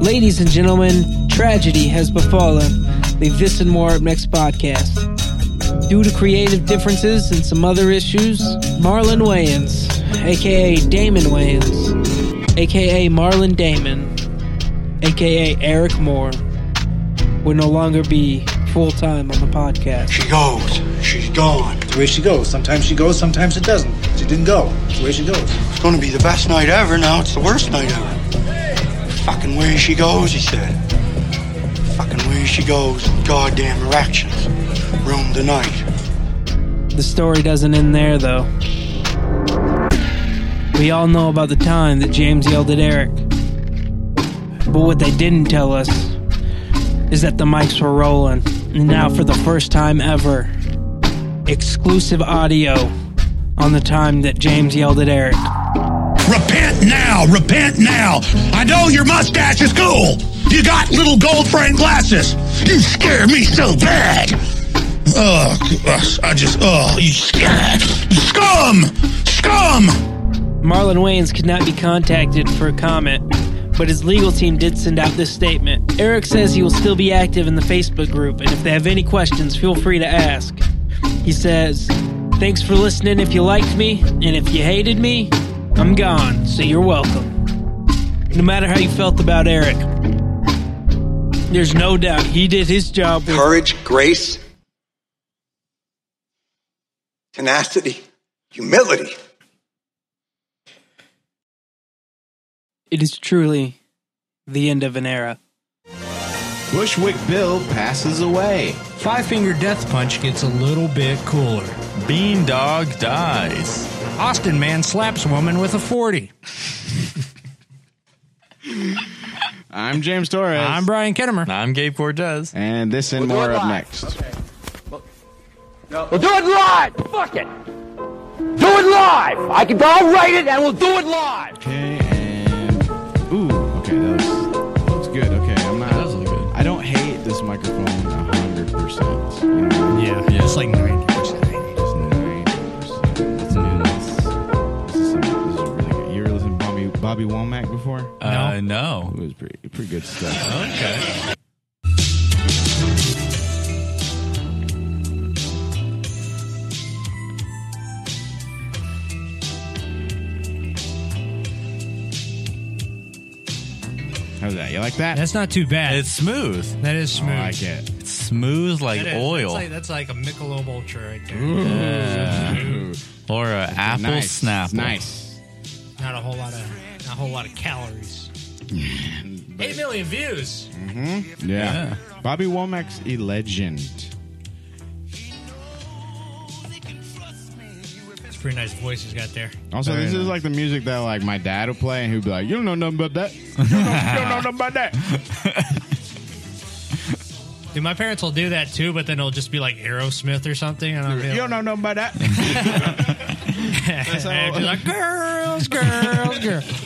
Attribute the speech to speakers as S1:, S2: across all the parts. S1: Ladies and gentlemen, tragedy has befallen. Leave this and more up next podcast. Due to creative differences and some other issues, Marlon Wayans, aka Damon Wayans, aka Marlon Damon, aka Eric Moore, will no longer be full time on the podcast.
S2: She goes. She's gone.
S3: It's the way she goes. Sometimes she goes, sometimes it doesn't. She didn't go. It's the way she goes.
S2: It's gonna be the best night ever. Now it's the worst night ever. Fucking way she goes, he said. Fucking way she goes. Goddamn erections. Room tonight.
S1: The story doesn't end there, though. We all know about the time that James yelled at Eric. But what they didn't tell us is that the mics were rolling. And now, for the first time ever, exclusive audio on the time that James yelled at Eric.
S4: Repent now, repent now. I know your mustache is cool. You got little gold frame glasses. You scare me so bad. Ugh, ugh, I just, oh, you scared. Scum! Scum!
S1: Marlon Wayans could not be contacted for a comment, but his legal team did send out this statement. Eric says he will still be active in the Facebook group, and if they have any questions, feel free to ask. He says, Thanks for listening if you liked me, and if you hated me, I'm gone, so you're welcome. No matter how you felt about Eric, there's no doubt he did his job with
S2: Courage, grace, tenacity, humility.
S1: It is truly the end of an era.
S5: Bushwick Bill passes away.
S6: Five Finger Death Punch gets a little bit cooler.
S5: Bean Dog dies.
S6: Austin Man slaps woman with a 40.
S5: I'm James Torres.
S6: I'm Brian Kettimer.
S7: I'm Gabe Cortez.
S5: and this and more up next.
S8: We'll do it live. Fuck it. Do it live. I can. I'll write it, and we'll do it live.
S5: Okay, and ooh, okay, that was, that was good. Okay, I'm not.
S7: does look good.
S5: I don't hate this microphone hundred percent. You know,
S6: Yeah, it's like 90%.
S5: just 90%. That's new. This is, some- this is really good. You ever listened to Bobby Bobby Womack before?
S7: Uh, no.
S5: it was pretty pretty good stuff.
S7: Okay.
S5: How's that? You like that?
S6: That's not too bad.
S7: It's smooth.
S6: that is smooth.
S5: I like it.
S7: It's smooth like
S6: That is-
S7: oil Hmm?
S6: That's like, that's like a Michelob Ultra right there.
S7: or a apple
S5: nice.
S7: snapple.
S5: It's nice.
S6: Not a whole lot of, not a whole lot of calories. Eight million views.
S5: Yeah. Bobby Womack's a legend.
S6: It's a pretty nice voice he's got there.
S5: Also,
S7: Very
S5: this is
S7: nice.
S5: like the music that like my dad would play, and he'd be like, "You don't know nothing about that. You don't know, you don't know nothing about that."
S6: Dude, my parents will do that too, but then it'll just be like Aerosmith or something, and I'll be
S5: You
S6: like,
S5: don't know nothing about that.
S6: And I'd be like, girls, girls, girls.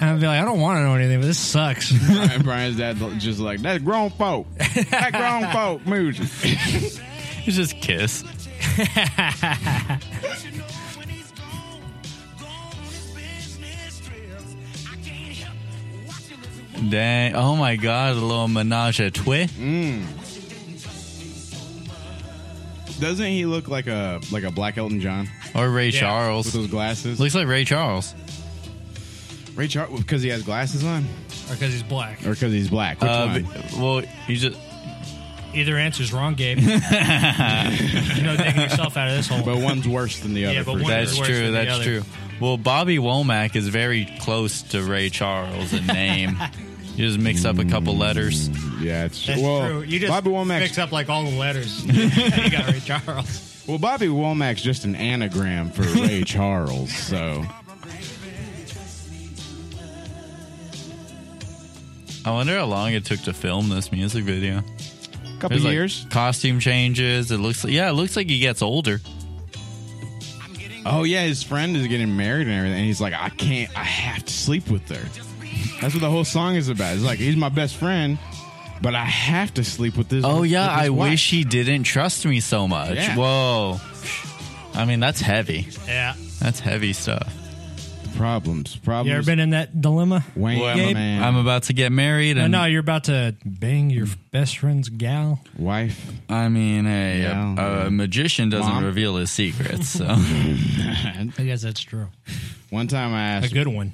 S6: And I'd be like, I don't want to know anything, but this sucks.
S5: and Brian's dad's just like, "That's grown folk. That grown folk music."
S7: It's just kiss. Dang. Oh my god, a little menage a trois.
S5: Doesn't he look like a like a black Elton John
S7: Or Oh,
S6: Yeah.
S7: Ray
S5: with
S7: Charles.
S5: those glasses?
S7: Looks like Ray Charles.
S5: Ray Charles because he has glasses on,
S6: or because he's black.
S5: or because he's black. Which
S7: Uh,
S5: one?
S7: but- well, you just
S6: Either answer's wrong, Gabe. you know, digging yourself out of this hole.
S5: But one's worse than the other.
S6: but
S5: for
S6: one
S5: sure.
S6: is
S7: That's
S6: worse
S7: true.
S6: than the
S7: That's
S6: other.
S7: true. Well, Bobby Womack is very close to Ray Charles in name. you just mix up a couple letters.
S5: Yeah, it's
S6: That's
S5: well,
S6: true. You just
S5: Bobby
S6: mix
S5: Womack's
S6: up like all the letters. you got Ray Charles.
S5: well, Bobby Womack's just an anagram for Ray Charles. So
S7: I wonder how long it took to film this music video.
S5: a couple
S7: There's like
S5: years.
S7: costume changes. It looks like yeah, it looks like he gets older.
S5: Oh yeah, his friend is getting married and everything. And he's like, I can't. I have to sleep with her. That's what the whole song is about. It's like he's my best friend, but I have to sleep with this.
S7: Oh
S5: with
S7: yeah,
S5: this
S7: I
S5: wife.
S7: wish he didn't trust me so much.
S5: Yeah.
S7: Whoa. I mean, that's heavy.
S6: Yeah.
S7: That's heavy stuff.
S5: problems. Problems.
S6: You ever been in that dilemma?
S5: Wayne,
S7: Well, I'm,
S6: Gabe?
S5: man,
S7: I'm about to get married,
S6: No,
S7: and
S6: no, you're about to bang your best friend's gal.
S5: wife.
S7: I mean, a,
S5: Yeah.
S7: a, a magician doesn't
S5: Mom?
S7: reveal his secrets. So
S6: I guess that's true.
S5: One time I
S6: A
S5: asked.
S6: good one.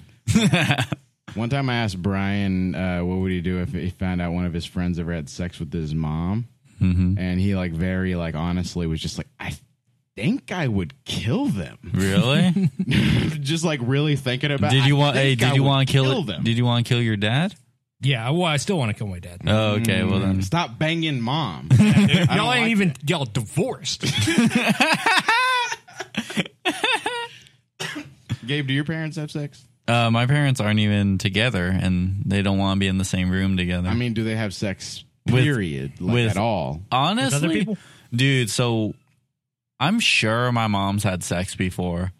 S5: One time I asked Brian, uh, what would he do if he found out one of his friends ever had sex with his mom?
S7: Mm-hmm.
S5: And he like very like honestly was just like, I think I would kill them.
S7: really,
S5: just like really thinking about.
S7: did
S5: I
S7: you want? Hey,
S5: think I
S7: did you
S5: would
S7: want to kill, it?
S5: them?
S7: Did you want to kill your dad?
S6: Yeah, well, I still want to kill my dad.
S7: Oh, okay. Well then,
S5: Stop banging mom.
S6: y'all ain't even y'all divorced.
S5: Gabe, do your parents have sex?
S7: uh, my parents aren't even together, and they don't want to be in the same room together.
S5: I mean, do they have sex?
S7: With-
S5: Period. like
S7: with-
S5: at all?
S7: honestly,
S6: With other people?
S7: dude. So I'm sure my mom's had sex before,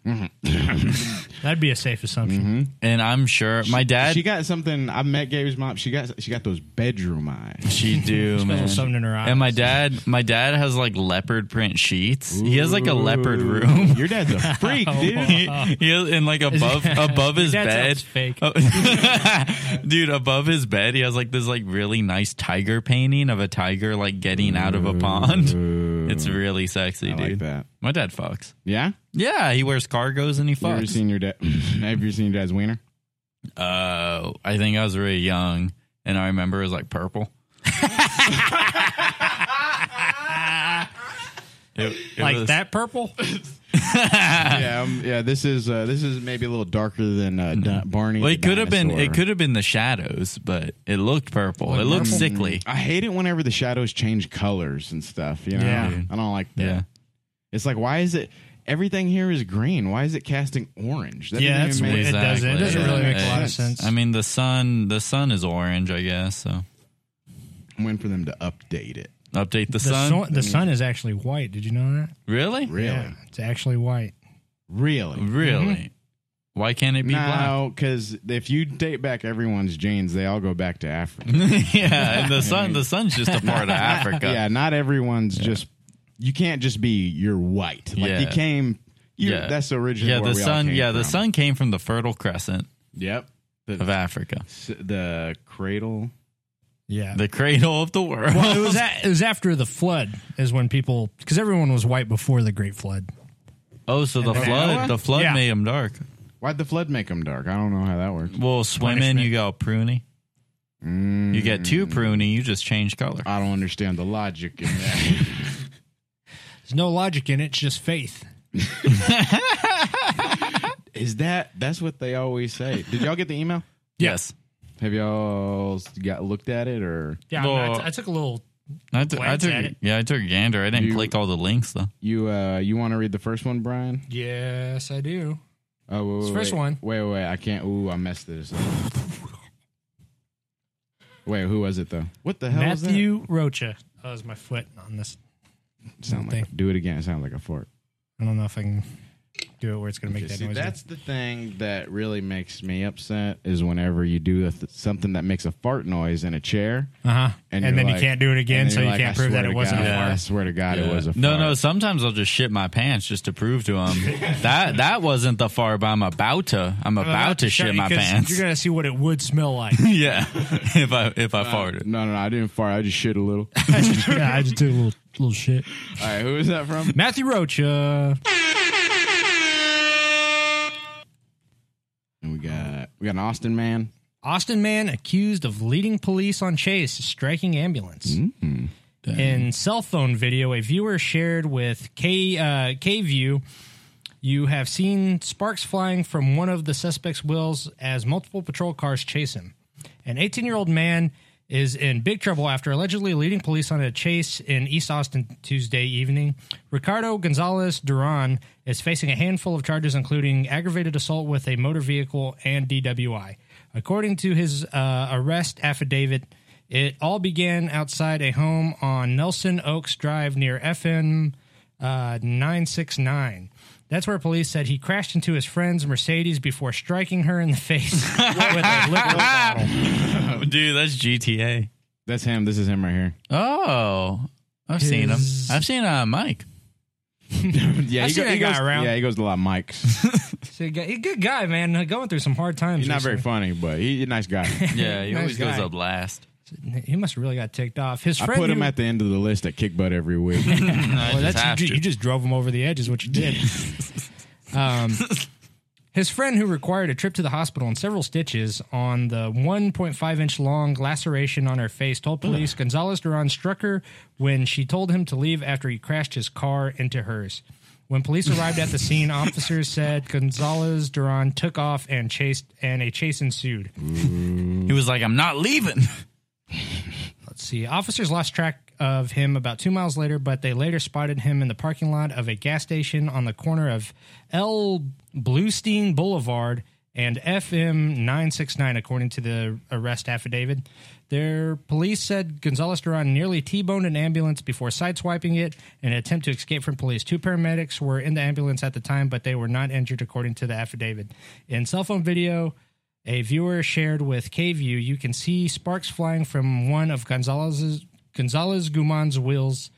S6: That'd be a safe assumption.
S7: and I'm sure my dad.
S5: She got something. I met Gabe's mom. She got she got those bedroom eyes.
S7: She do, man.
S6: something in her eyes.
S7: And my dad, my dad has like leopard print sheets. He has like a leopard room.
S5: Your dad's
S7: Oh
S5: a freak, dude.
S7: he, he has- and like above above his
S6: That
S7: bed, Oh,
S6: sounds fake.
S7: dude. Above his bed, he has like this like really nice tiger painting of a tiger like getting out of a pond. It's really sexy,
S5: I
S7: dude.
S5: like that.
S7: My dad fucks.
S5: Yeah.
S7: Yeah, he wears cargos and he
S5: You ever
S7: fucks.
S5: seen your dad? have you seen your dad's wiener?
S7: uh, I think I was really young, and I remember it was like purple. It- it
S6: like
S7: was-
S6: that purple?
S5: yeah, um, yeah. This is uh, this is maybe a little darker than uh, Di- Barney.
S7: Mm-hmm. Well,
S5: the
S7: it could have been it
S5: dinosaur.
S7: could have been the shadows, but it looked purple. it looked sickly.
S5: I hate it whenever the shadows change colors and stuff. You know,
S7: Yeah.
S5: I don't like that.
S7: Yeah.
S5: It's like why is it everything here is green? Why is it casting orange? That
S6: Yeah,
S5: doesn't
S6: that's
S5: even make-
S6: weird. It doesn't- it doesn't
S5: really make a lot of
S6: sense.
S7: I mean, the sun the sun is orange, I guess. So
S5: I'm waiting for them to update it.
S7: update the,
S6: The
S7: sun.
S6: sun, the sun is actually white. Did you know that?
S7: Really,
S5: Really,
S6: Yeah, it's actually white.
S5: really.
S7: really. Why can't it be
S5: Mm-hmm. No, because if you date back everyone's genes, they all go back to Africa.
S7: black? yeah, and the sun the sun's just a part of Africa.
S5: yeah, not everyone's just. You can't just be you're white. Like
S7: Yeah.
S5: you came. You,
S7: Yeah.
S5: that's originally
S7: Yeah,
S5: where
S7: the
S5: we all
S7: sun.
S5: came
S7: Yeah, the
S5: from.
S7: sun came from the Fertile Crescent
S5: Yep.
S7: of Africa,
S5: S- the cradle.
S6: Yeah.
S7: the cradle of the world.
S6: well, it was at, it was after the flood is when people because everyone was white before the Great Flood.
S7: oh, so the
S6: And
S7: flood,
S5: Noah?
S7: the flood
S6: Yeah.
S7: made him dark.
S5: Why'd the flood make them dark? I don't know how that works.
S7: Well, swimming, you got pruny.
S5: Mm.
S7: You get too pruny, you just change color.
S5: I don't understand the logic in that.
S6: There's no logic in it. It's just faith.
S5: Is that that's what they always say? Did y'all get the email?
S7: Yes.
S5: Have y'all got looked at it or
S6: Yeah, I mean, I
S7: Well-
S6: t- I took a little.
S7: I, t- I
S6: Glance
S7: took
S6: at it.
S7: yeah, I took a gander. I didn't
S5: You-
S7: click all the links though.
S5: you uh you want to read the first one, Brian?
S6: Yes, I do.
S5: Oh, wait, wait,
S6: the first
S5: wait.
S6: one.
S5: Wait, wait, wait, I can't. Ooh, I messed this. up. wait, who was it though? What the hell was that?
S6: Matthew Rocha. That was my foot on this.
S5: Sound like, do it again. It sounded like a fart.
S6: I don't know if I can do it where it's going to make
S5: Okay,
S6: that
S5: see,
S6: noise.
S5: that's the thing that really makes me upset is whenever you do a th- something that makes a fart noise in a chair,
S6: uh huh. And,
S5: you're
S6: then
S5: like-
S6: you can't do it
S5: and
S6: again,
S5: then
S6: so
S5: you're
S6: you
S5: like,
S6: can't
S5: "I
S6: prove
S5: swear
S6: that it
S5: to
S6: wasn't
S5: God,
S6: a
S5: I
S6: fart.
S5: swear to God, it was a fart.
S7: No, no. Sometimes I'll just shit my pants just to prove to him that that wasn't the far. But I'm about to. I'm about,
S6: I'm about
S7: to
S6: show
S7: shit
S6: you
S7: my
S6: 'cause Uh,
S7: pants.
S6: You're going to see what it would smell like.
S7: yeah. if I if I farted,
S5: no, no, no, I didn't fart. I just shit a little. All
S6: yeah, I just do a little little shit.
S5: right, who is that from?
S6: Matthew Rocha.
S5: And we got we got an Austin man.
S6: Austin man accused of leading police on chase, striking ambulance. In cell phone video, a viewer shared with K uh, KView, you have seen sparks flying from one of the suspect's wheels as multiple patrol cars chase him. An 18 year old man is in big trouble after allegedly leading police on a chase in East Austin Tuesday evening. Ricardo Gonzalez Duran is facing a handful of charges, including aggravated assault with a motor vehicle and DWI. According to his uh, arrest affidavit, it all began outside a home on Nelson Oaks Drive near FM uh, 969. That's where police said he crashed into his friend's Mercedes before striking her in the face with a liquor bottle.
S7: dude, that's GTA.
S5: That's him. This is him right here.
S7: Oh, I've seen him. I've seen uh, Mike.
S5: Yeah,
S6: I've
S5: he
S6: seen that guy
S5: goes,
S6: around.
S5: Yeah, he goes to a lot of mics.
S6: So you got- he's a good guy, man. uh, Going through some hard times.
S5: He's not very funny,
S6: recently.
S5: but he's a nice guy.
S7: Yeah, he
S6: Nice
S7: always
S6: guy.
S7: goes up last.
S6: He must have really got ticked off. His
S5: I
S6: friend.
S5: put him
S6: who-
S5: at the end of the list at Kick Butt every week.
S7: I
S6: Well,
S7: just
S6: that's
S7: have
S6: you,
S7: to.
S6: ju- you just drove him over the edge, is what you did. um, his friend, who required a trip to the hospital and several stitches on the 1.5 inch long laceration on her face, told police Gonzalez Duran struck her when she told him to leave after he crashed his car into hers. When police arrived at the scene, officers said Gonzalez Duran took off and chased, and a chase ensued.
S7: he was like, "I'm not leaving."
S6: Let's see. Officers lost track of him about two miles later, but they later spotted him in the parking lot of a gas station on the corner of L. Bluestein Boulevard and FM 969, according to the arrest affidavit. Their police said Gonzalez Duran nearly T boned an ambulance before sideswiping it in an attempt to escape from police. Two paramedics were in the ambulance at the time, but they were not injured, according to the affidavit. In cell phone video, a viewer shared with KView, you can see sparks flying from one of Gonzalez's Gonzalez Guman's wheels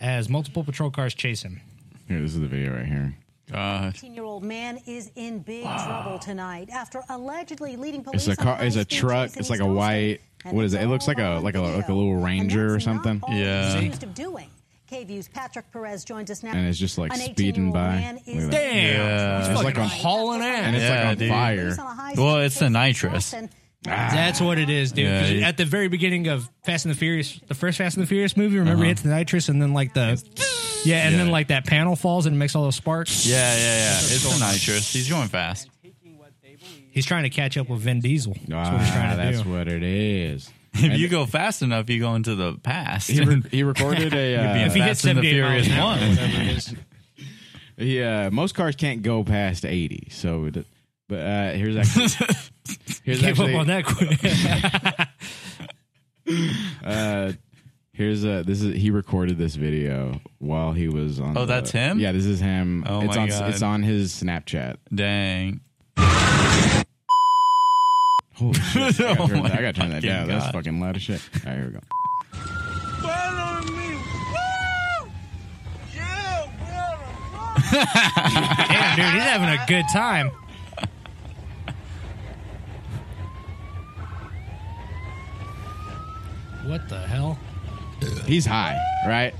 S6: as multiple patrol cars chase him.
S5: here, this is the video right here.
S6: Uh,
S7: God.
S9: 18 year old man is in big trouble tonight after allegedly leading
S5: It's
S9: police.
S5: a car. It's a truck. It's like a white. What is it? It looks like a like a like a little Ranger or something.
S9: Oh,
S7: Yeah.
S9: Yeah. Accused of doing. KVU's Patrick Perez joins us now.
S5: And it's just, like,
S9: An
S5: speeding
S9: 18-year-old
S5: by.
S9: man
S5: Look
S9: is
S5: at that.
S6: Damn.
S7: Yeah.
S6: It's
S5: It's
S6: like
S5: like
S6: a
S5: a-
S6: hauling
S5: And
S6: ass.
S5: it's
S7: Yeah,
S5: like on
S7: dude.
S5: fire.
S9: Police on a high
S7: Well,
S9: speed
S7: it's the
S9: chase in
S7: nitrous.
S9: Charleston.
S6: That's what it is, dude. 'Cause
S7: Yeah,
S6: you-
S7: you-
S6: At the very beginning of Fast and the Furious, the first Fast and the Furious movie, remember he hits the nitrous and then like the yeah, and then
S7: Uh-huh. Yeah.
S6: like that panel falls and it makes all those sparks.
S7: Yeah, yeah, yeah. It's the nitrous. He's going fast.
S6: He's trying to catch up with Vin Diesel. That's what he's trying
S5: Ah,
S6: to
S5: that's
S6: do.
S5: what it is.
S7: If you go fast enough, you go into the past.
S5: He, re- he recorded a.
S7: You'd be
S5: Uh,
S7: in
S6: if he hits
S7: Fast and the
S6: 78 miles
S7: Furious
S6: an hour,
S7: One.
S6: whatever it is.
S5: he, uh, most cars can't go past eighty. So, it- but uh, here's actually. Here's
S6: Give up
S5: actually-
S6: on that quick.
S5: Here's a this is he recorded this video while he was on.
S7: Oh,
S5: the-
S7: that's him?
S5: Yeah, this is him.
S7: Oh,
S5: it's
S7: my
S5: on,
S7: God.
S5: It's on his Snapchat.
S7: Dang.
S5: Holy shit! I gotta turn,
S7: Oh my
S5: I gotta turn that
S7: fucking
S5: down. That's
S7: God.
S5: fucking loud as shit. All right, here we go.
S6: Damn, dude, he's having a good time. What the hell?
S5: He's high, right?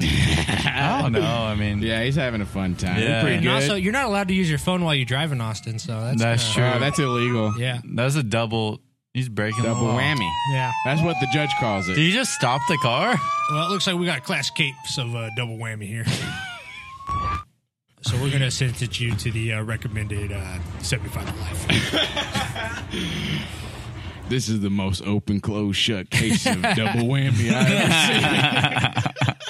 S7: I don't know. Oh, I mean,
S5: Yeah, he's having a fun time. He's
S7: Yeah.
S5: pretty
S6: And
S5: good.
S6: also, you're not allowed to use your phone while you drive in Austin, so that's
S7: that's
S6: kinda-
S7: true.
S5: Oh, that's illegal.
S6: Yeah,
S7: That's a double. He's breaking the
S5: Double
S7: law.
S5: whammy.
S6: yeah.
S5: That's what the judge calls it.
S7: Did you just stop the car?
S6: Well, it looks like we got class capes of uh, double whammy here. so we're gonna sentence you to the uh, recommended uh, 75 to life.
S5: This is the most open, close, shut case of double whammy I've ever seen.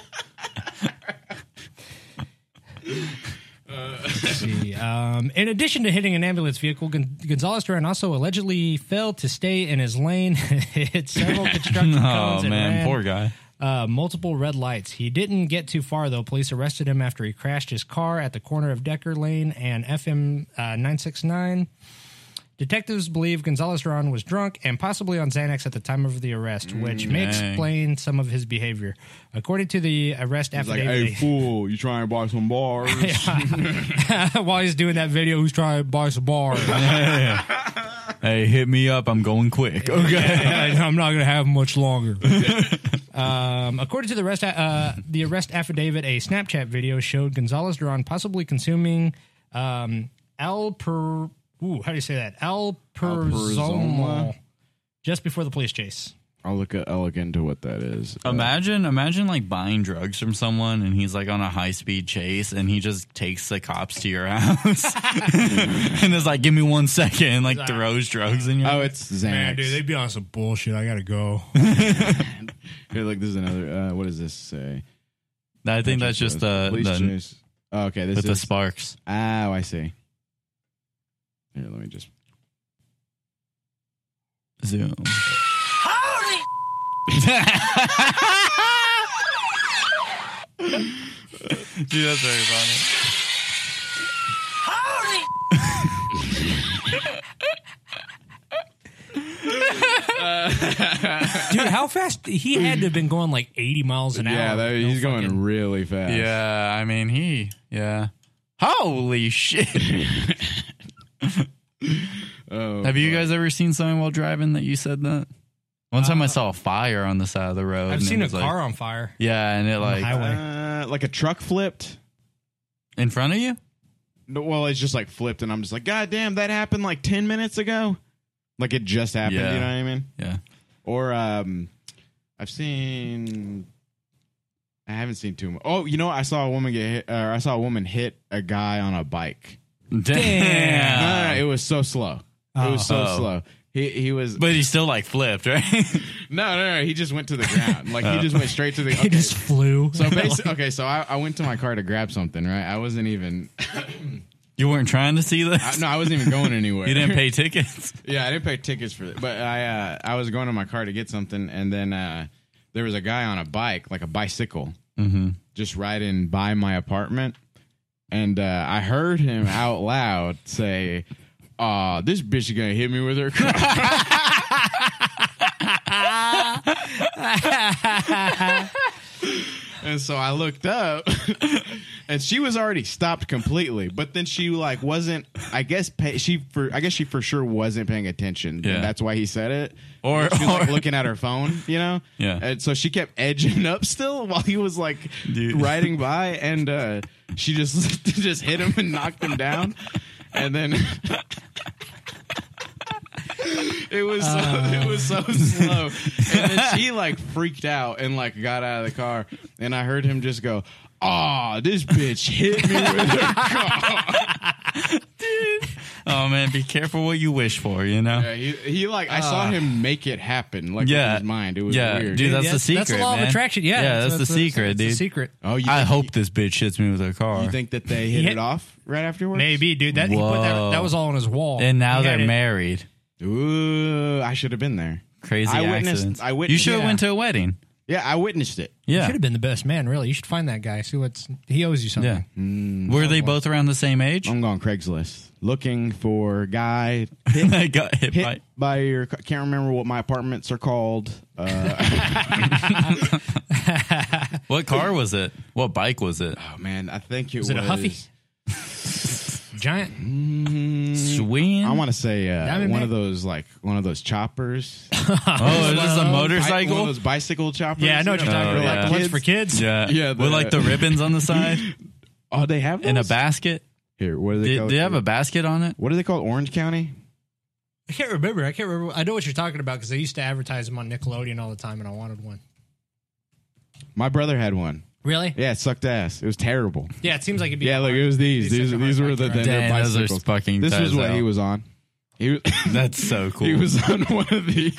S6: See, um, in addition to hitting an ambulance vehicle, Gon- Gonzalez Duran also allegedly failed to stay in his lane, hit several construction
S7: Oh
S6: cones, and
S7: man,
S6: ran
S7: poor guy.
S6: uh, multiple red lights. He didn't get too far, though. Police arrested him after he crashed his car at the corner of Decker Lane and FM uh, 969. Detectives believe Gonzalez Duran was drunk and possibly on Xanax at the time of the arrest,
S5: Mm,
S6: which may
S7: dang.
S6: explain some of his behavior. According to the arrest
S5: It's like,
S6: affidavit,
S5: hey, fool, you trying to buy some bars?
S6: while he's doing that video, he's trying to buy some bar.
S7: Hey, hit me up. I'm going quick. Okay.
S6: I'm not going to have much longer. um, according to the arrest, uh, the arrest affidavit, a Snapchat video showed Gonzalez Duran possibly consuming um, Al per. Ooh, how do you say that? Al
S5: Alperzoma?
S6: perzomal just before the police chase.
S5: I'll look. At, I'll look into what that is. Uh,
S7: Imagine, imagine like buying drugs from someone, and he's like on a high speed chase, and he just takes the cops to your house, and is like, "Give me one second, and like throws drugs in your.
S5: oh, it's Xanax.
S6: be on some bullshit. I got to go.
S5: Here, look, this is another. Uh, what does this say?
S7: I think that's just the,
S5: Police
S7: the
S5: chase. Oh, okay, this
S7: with the
S5: is.
S7: sparks.
S5: oh, I see. Here, let me just.
S7: Zoom. Dude, that's very funny.
S6: Dude, how fast? He had to have been going like 80 miles an
S5: yeah,
S6: hour.
S5: that,
S6: No
S5: he's going
S6: fucking-
S5: really fast.
S7: Yeah, I mean he. Yeah. Holy shit!
S5: Oh,
S7: Have you guys ever seen something while driving that you said that? One time I saw a fire on the side of the road.
S6: I've
S7: and it
S6: seen a
S7: was like-
S6: car on fire
S7: Yeah, and it
S6: on the
S7: like
S6: highway.
S5: uh, like a truck flipped.
S7: in front of you.
S5: No, Well, it's just like flipped, and I'm just like, God damn, that happened like ten minutes ago. Like it just happened.
S7: Yeah.
S5: You know what I mean?
S7: Yeah.
S5: Or um, I've seen. I haven't seen too much. Oh, you know, I saw a woman get hit, or I saw a woman hit a guy on a bike. No,
S7: Damn.
S5: no, no, it was so slow. It was so
S7: Oh.
S5: slow. He he was
S7: But he still like flipped, right?
S5: no no no. He just went to the ground. Like he just went straight to the.
S6: He
S5: Okay.
S6: just flew.
S5: so basically, okay. So I, I went to my car to grab something. Right. I wasn't even.
S7: you weren't trying to see this.
S5: I, no, I wasn't even going anywhere.
S7: You didn't pay tickets.
S5: Yeah, I didn't pay tickets for it, but I uh, I was going to my car to get something, and then uh, there was a guy on a bike, like a bicycle, just riding by my apartment, and uh, I heard him out loud say, "Ah, this bitch is gonna hit me with her car." and so I looked up, and she was already stopped completely. But then she like wasn't. I guess pay, she for. I guess she for sure wasn't paying attention.
S7: Yeah.
S5: that's why he said it.
S7: Or-
S5: she was like
S7: or-
S5: looking at her phone. You know.
S7: Yeah.
S5: And so she kept edging up still while he was like
S7: Dude.
S5: riding by, and uh, she just just hit him and knocked him down, and then. It was so,
S7: Uh.
S5: it was so slow, and then she like freaked out and like got out of the car, and I heard him just go, "Ah, this bitch hit me with her
S7: Oh man, be careful what you wish for. You know.
S5: Yeah, he, he like I saw him make it happen like
S7: Uh. Yeah.
S5: in his mind. It was
S7: Yeah,
S5: weird.
S7: dude, that's- the
S6: That's- That's the
S7: secret,
S6: law
S7: man.
S6: of attraction. Yeah,
S7: Yeah, that's the secret,
S6: that's
S7: dude.
S6: The secret.
S5: oh, you
S7: I
S5: think-
S7: hope this bitch hits me with her car.
S5: you think that they hit
S6: He-
S5: it off right afterwards.
S6: Maybe, dude. That, he put that
S7: Whoa.
S6: that was all on his wall.
S7: and now
S6: He
S7: they're
S6: had it-
S7: married.
S5: Ooh, I should have been there.
S7: Crazy
S5: I witnessed-
S7: accidents.
S5: I witnessed-
S7: you should have
S5: yeah.
S7: went to a wedding.
S5: Yeah, I witnessed it.
S7: Yeah.
S6: Should have been the best man, really. You should find that guy. See what's he owes you something.
S7: Yeah. Were they both around the same age?
S5: I'm going Craigslist looking for guy
S7: I got hit,
S5: hit
S7: by.
S5: by your. ca- Can't remember what my apartments are called. Uh,
S7: What car was it? What bike was it?
S5: oh man, I think it
S6: Was it a Huffy? Giant.
S7: Swing.
S5: I want to say uh,
S6: Diamondback?
S5: one of those like one of those choppers,
S7: oh, is this a
S5: Bi- one of
S7: motorcycle?
S5: those bicycle choppers.
S6: Yeah, I know what you're
S5: you
S6: talking
S7: Oh,
S6: about.
S7: yeah.
S6: Like the ones for kids.
S7: yeah,
S5: Yeah, the-
S7: with like the ribbons on the side
S5: Oh, they have those?
S7: in a basket.
S5: Here, what are they?
S7: Did,
S5: called?
S7: did it have a basket on it?
S5: What are they called? Orange County.
S6: I can't remember. I can't remember. I know what you're talking about because they used to advertise them on Nickelodeon all the time, and I wanted one.
S5: My brother had one.
S6: Really?
S5: Yeah, it sucked ass. It was terrible.
S6: Yeah, it seems like it'd be.
S5: Yeah, look, it was these. These, these were the
S7: Dang,
S5: their
S7: those are
S5: bicycles.
S7: fucking
S5: this was
S7: thighs
S5: what he
S7: out.
S5: was on. He was,
S7: That's so cool,
S5: he was on one of these.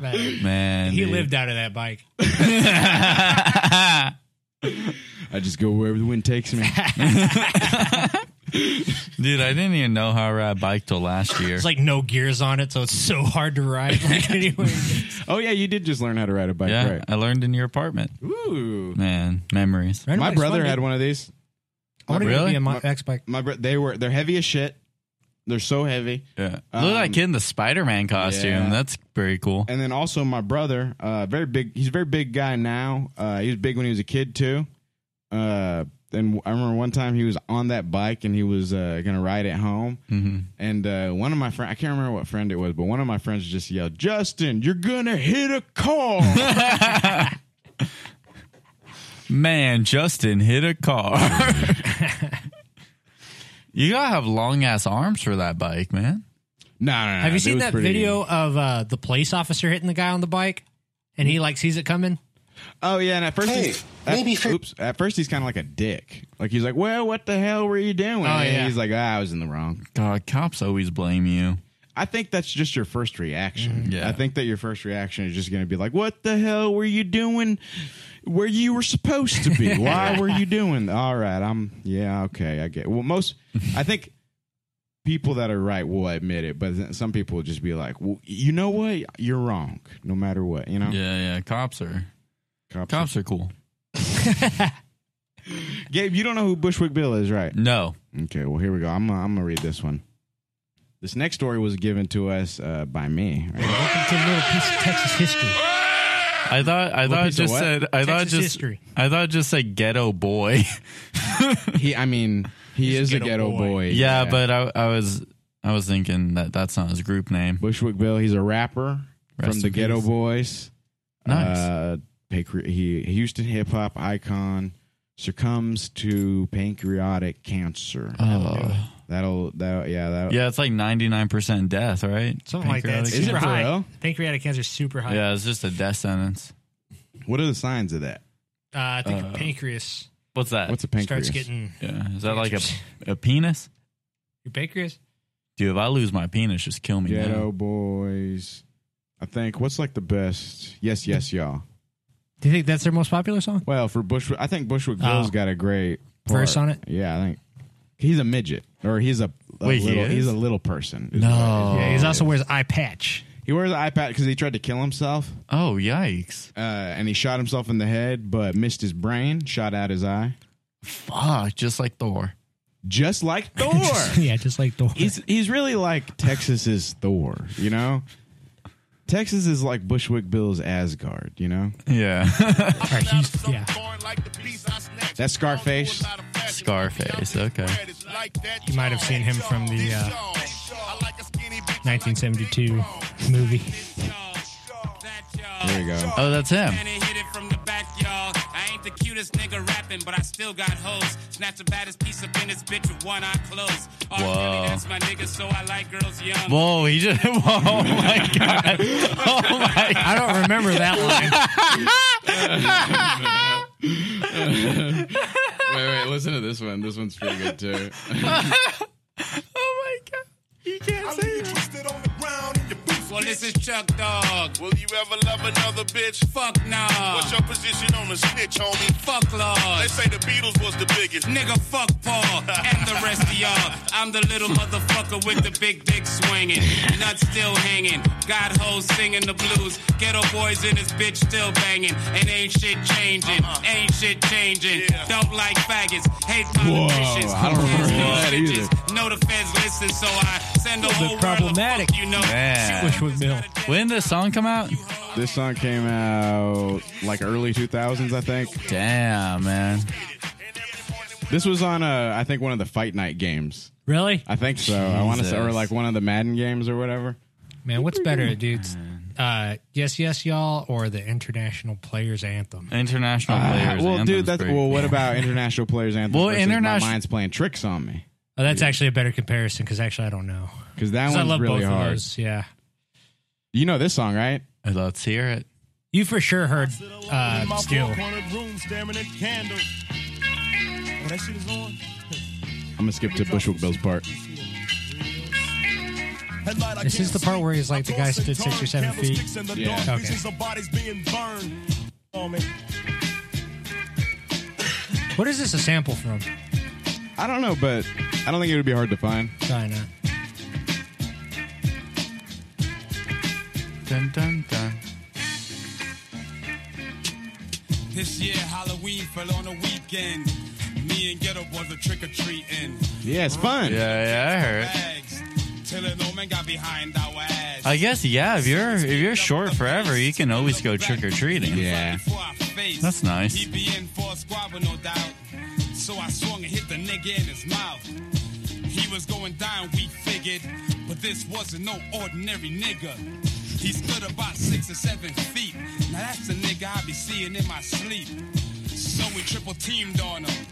S6: Man,
S7: man.
S6: he
S7: dude.
S6: lived out of that bike.
S5: I just go wherever the wind takes me.
S7: dude. I didn't even know how I ride a bike till last year.
S6: It's like no gears on it, so it's so hard to ride. Like anyway,
S5: oh yeah, you did just learn how to ride a bike,
S7: yeah,
S5: right?
S7: I learned in your apartment.
S5: Ooh.
S7: Man, memories.
S5: My brother had one of these.
S6: I wanted to
S7: Really?
S6: be a mo- X bike.
S5: My bro- they were they're heavy as shit. They're so heavy.
S7: Yeah,
S5: Um,
S7: look like in the Spider-Man costume.
S5: yeah.
S7: That's very cool.
S5: And then also my brother, uh, very big. He's a very big guy now. Uh, he was big when he was a kid too. Uh, and I remember one time he was on that bike and he was uh, gonna ride it home.
S6: Mm-hmm.
S5: And uh, one of my friends, I can't remember what friend it was, but one of my friends just yelled, "Justin, you're gonna hit a car!"
S7: Man, Justin hit a car. you gotta have long ass arms for that bike, man.
S5: no, no, no.
S6: Have you
S5: it
S6: seen
S5: was
S6: that
S5: pretty-
S6: video of uh, the police officer hitting the guy on the bike, and he like sees it coming?
S5: Oh yeah, and at first,
S3: Hey,
S5: he's, at,
S3: maybe for-
S5: oops, at first he's kind of like a dick. Like he's like, "Well, what the hell were you doing?" And
S6: yeah.
S5: he's like, ah, "I was in the wrong."
S7: God, cops always blame you.
S5: I think that's just your first reaction.
S7: Yeah.
S5: I think that your first reaction is just going to be like, "What the hell were you doing? Where you were supposed to be? Why were you doing?" All right, I'm yeah, okay, I get. Well, most I think people that are right will admit it, but then some people will just be like, "Well, you know what? You're wrong, no matter what." You know,
S7: Yeah, yeah. Cops are
S5: Cops-
S7: cops are cool.
S5: Gabe, you don't know who Bushwick Bill is, right?
S7: No.
S5: Okay, well here we go. I'm uh, I'm gonna read this one. This next story was given to us uh, by me. right?
S6: Welcome to a little piece of Texas history.
S7: I thought I thought it
S5: piece of
S7: just
S5: what?
S7: said I thought it
S6: Texas
S7: just
S6: history.
S7: I thought it just said ghetto boy.
S5: he, I mean, he is a
S6: ghetto
S5: ghetto
S6: boy.
S5: boy.
S7: yeah, but I, I was I was thinking that that's not his group name.
S5: Bushwick Bill. He's a rapper
S7: Rest
S5: from the
S7: in
S5: Ghetto
S7: peace.
S5: Boys.
S7: Nice.
S5: Uh, pancre- he Houston hip hop icon succumbs to pancreatic cancer.
S7: Oh.
S5: That'll that yeah that
S7: Yeah, it's like ninety nine percent death, right?
S6: Something like that. It's
S5: Is it
S6: super
S5: for
S6: high.
S5: real?
S6: Pancreatic cancer is super high.
S7: Yeah, it's just a death sentence.
S5: What are the signs of that?
S6: Uh, I think your pancreas
S7: What's that?
S5: What's a pancreas?
S6: starts getting
S7: yeah, is that like a a penis?
S6: your pancreas.
S7: Dude, if I lose my penis, just kill me.
S5: Ghetto
S7: now.
S5: Boys. I think what's like the best? Yes, yes, y'all.
S6: Do you think that's their most popular song?
S5: Well, for Bushwick, I think Bushwick
S6: Oh.
S5: Bill's got a great part.
S6: Verse on it?
S5: Yeah, I think he's a midget or he's a, a
S7: Wait, he
S5: little,
S7: is?
S5: he's a little person.
S7: No.
S6: yeah, he also wears eye patch.
S5: He wears an iPad because he tried to kill himself
S7: Oh yikes!
S5: uh, and he shot himself in the head, but missed his brain, shot out his eye,
S7: Fuck, just like Thor.
S5: just like Thor.
S6: yeah, just like the
S5: he's he's really like Texas's Thor, you know. Texas is like Bushwick Bill's Asgard, you know.
S7: Yeah,
S6: Alright, he's- yeah.
S5: That's Scarface.
S7: Scarface. Okay.
S6: You might have seen him from the uh, 1972 movie.
S5: There you go.
S7: Oh, that's him.
S10: And it hit it from the back, y'all. I ain't the cutest nigga rapping, but I still got hoes. Snatch the baddest piece up in this bitch with one eye closed. Oh,
S7: Whoa.
S10: Really, that's my nigga, so I like girls young.
S7: Whoa, he just. Whoa, oh my god. Oh my
S6: I don't remember that line.
S5: Wait, wait, listen to this one. This one's pretty good too.
S7: Oh my god. You can't say that.
S10: Well, this is Chuck Dog.
S11: Will you ever love another bitch?
S10: Fuck nah.
S11: What's your position on the snitch, homie?
S10: Fuck
S11: They
S10: laws.
S11: say the Beatles was the biggest.
S10: Nigga, fuck Paul and the rest of y'all. I'm the little motherfucker with the big dick swinging, nuts still hanging, got hoes singing the blues, ghetto boys in this bitch still banging, and ain't shit changing, ain't shit changing.
S11: Yeah.
S10: Don't like faggots, hate politicians,
S5: I don't remember that either.
S10: No defense, listen, so I send a
S6: bit
S10: whole world of
S6: problematic.
S10: fuck, you know.
S7: Man.
S6: Which would Bill.
S7: When did this song come out?
S5: This song came out like early 2000s, I think.
S7: Damn, man.
S5: This was on uh, I think one of the Fight Night games.
S6: Really?
S5: I think so. I want to say, or
S7: Jesus.
S5: like one of the Madden games or whatever.
S6: Man, what's better, dudes? Uh, yes, yes, y'all, or the International Players Anthem?
S7: International players.
S5: Uh, well,
S7: Anthem's
S5: dude, that's
S7: pretty-
S5: well. What about international players anthem?
S7: Well,
S5: Well, international.
S7: internation-
S5: My mind's playing tricks on me
S6: Oh, that's actually a better comparison because actually I don't know.
S5: because that
S6: 'Cause I
S5: one's
S6: love
S5: really
S6: both of
S5: hard.
S6: those. Yeah.
S5: You know this song, right?
S7: Let's hear it.
S6: You for sure heard uh, Steel.
S5: I'm gonna skip to Bushwick Bill's part.
S6: This is the part where he's like, the guy stood six or seven feet.
S5: Yeah.
S6: Okay. What is this a sample from?
S5: I don't know, but I don't think it would be hard to find.
S6: Probably not.
S7: Dun, dun, dun.
S10: This year, Halloween fell on a weekend. Me and Ghetto Boys are trick or treating.
S5: Yeah, it's fun.
S7: Yeah, yeah, I heard. it.
S10: Bags, till an old man got behind our ass.
S6: Oh,
S7: I guess yeah. If you're if you're short forever, you can always go trick or treating.
S5: Yeah.
S7: Eh. That's nice.
S10: He be in for a squabble, no doubt. So I swung and hit the nigga in his mouth. He was going down, we figured. But this wasn't no ordinary nigga. He stood about six or seven feet. Now that's the nigga I be seeing in my sleep. So we triple teamed on him.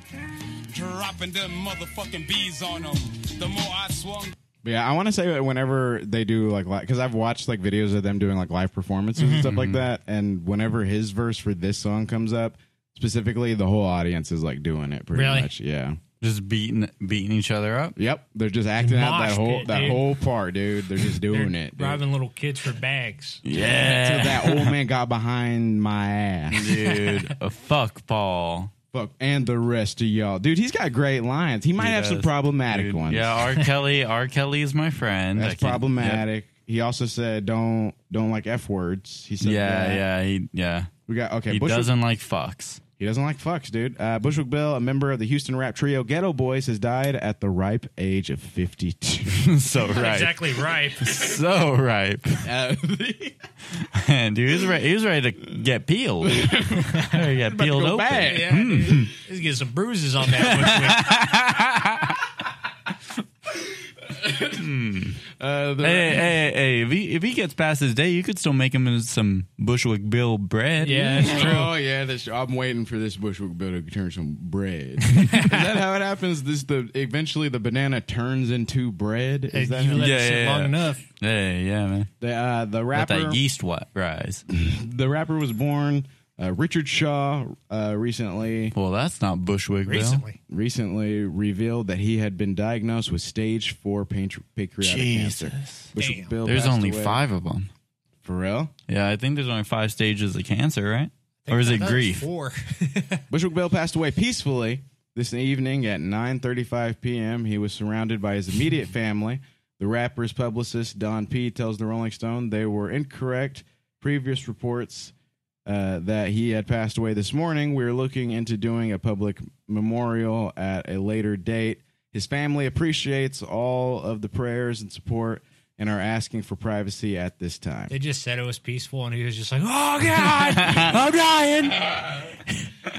S10: Dropping them motherfucking bees on him. The more I swung,
S5: But yeah, I want to say that whenever they do like, because I've watched like videos of them doing like live performances and stuff
S7: Mm-hmm.
S5: like that, and whenever his verse for this song comes up, specifically, the whole audience is like doing it pretty
S6: Really?
S5: much. Yeah.
S7: Just beating beating each other up.
S5: Yep. They're just acting out that
S6: moshed
S5: whole
S6: it,
S5: that
S6: dude.
S5: whole part, dude. They're just doing it. dude.
S6: Robbing little kids for bags.
S5: So
S7: Yeah,
S5: that old man got behind my
S7: Mm-hmm.
S5: ass.
S7: dude. A fuck Paul.
S5: Fuck. And the rest of y'all. Dude, he's got great lines. He might
S7: He
S5: have some
S7: does,
S5: problematic
S7: Dude,
S5: ones.
S7: Yeah, R. Kelly. R. Kelly is my friend. I
S5: That's
S7: can-
S5: problematic. He also said don't don't like F words. He
S7: Yep.
S5: said
S7: Yeah,
S5: that.
S7: yeah, he yeah.
S5: We got okay,
S7: he
S5: Bushwick,
S7: doesn't like fucks.
S5: He doesn't like fucks, dude. Uh, Bushwick Bill, a member of the Houston rap trio Ghetto Boys, has died at the ripe age of 52.
S7: so
S6: Not
S7: ripe.
S6: exactly ripe.
S7: So ripe.
S5: Uh,
S7: and dude, he was, re- he was ready to get peeled. Ready to get peeled open.
S6: Yeah, dude. Let's get some bruises on that.
S5: Uh, the-
S7: Hey, hey, hey, if he, if he gets past his day, you could still make him into some Bushwick Bill bread.
S6: Yeah, that's true.
S5: Oh yeah, that's I'm waiting for this Bushwick Bill to turn some bread. Is that how it happens? This the eventually the banana turns into bread. Is that
S6: you
S5: how
S6: let
S7: Yeah,
S6: it sit
S7: yeah,
S6: long
S7: yeah.
S6: enough.
S7: Yeah, yeah, man.
S5: the, uh, the
S7: Let
S5: rapper
S7: that yeast wa- rise.
S5: the rapper was born uh, Richard Shaw uh, recently
S7: Well, that's not Bushwick Bill.
S6: Recently,
S5: recently revealed that he had been diagnosed with stage four pancre- pancreatic cancer. Bushwick
S6: Damn.
S5: Bill
S7: There's
S5: passed
S7: only
S5: away-
S7: five of them.
S5: for real.
S7: Yeah, I think there's only five stages of cancer, right? Or is
S6: I
S7: it
S6: thought was
S7: grief?
S6: Four.
S5: Bushwick Bill passed away peacefully this evening at 9:35 p.m. He was surrounded by his immediate family. The rapper's publicist Don P tells the Rolling Stone they were incorrect. Previous reports uh, that he had passed away this morning. We are looking into doing a public memorial at a later date. His family appreciates all of the prayers and support and are asking for privacy at this time.
S6: They just said it was peaceful, and he was just like, "Oh God,
S5: Oh,
S6: I'm dying."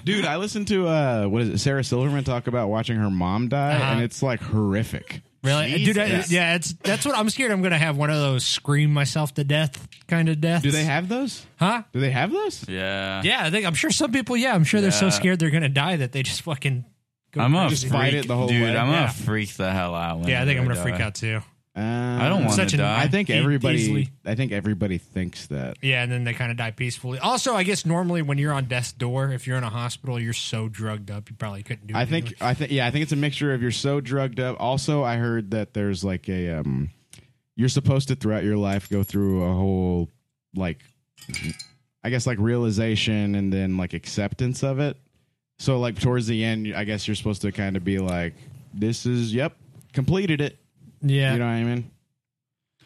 S5: Dude, I listened to uh, what is it? Sarah Silverman talk about watching her mom die,
S6: Uh-huh.
S5: and it's like horrific.
S6: Really, Uh, dude? I,
S7: Jesus.
S6: yeah, it's that's what I'm scared. I'm gonna have one of those scream myself to death kind of deaths.
S5: Do they have those?
S6: Huh?
S5: Do they have those?
S7: Yeah.
S6: Yeah, I think I'm sure some people. Yeah, I'm sure they're so
S7: Yeah.
S6: scared they're gonna die that they just fucking. Go
S7: I'm gonna
S6: crazy.
S5: Just fight
S7: freak-
S5: it the whole
S7: dude,
S5: way.
S7: I'm
S6: Yeah.
S7: gonna freak the hell out.
S6: Yeah, I think I'm
S7: whenever
S6: gonna freak
S7: die.
S6: out too.
S5: Uh,
S7: I don't want
S6: Such
S7: to
S6: an-
S7: die.
S5: I think
S6: eat
S5: everybody.
S6: easily.
S5: I think everybody thinks that.
S6: Yeah, and then they kind of die peacefully. Also, I guess normally when you're on death's door, if you're in a hospital, you're so drugged up, you probably couldn't do. it
S5: I think. uh,
S6: anyway.
S5: I think. Yeah, I think it's a mixture of you're so drugged up. Also, I heard that there's like a. Um, you're supposed to throughout your life go through a whole like, I guess like realization and then like acceptance of it. So like towards the end, I guess you're supposed to kind of be like, "This is yep, completed it."
S6: Yeah,
S5: You know what I mean?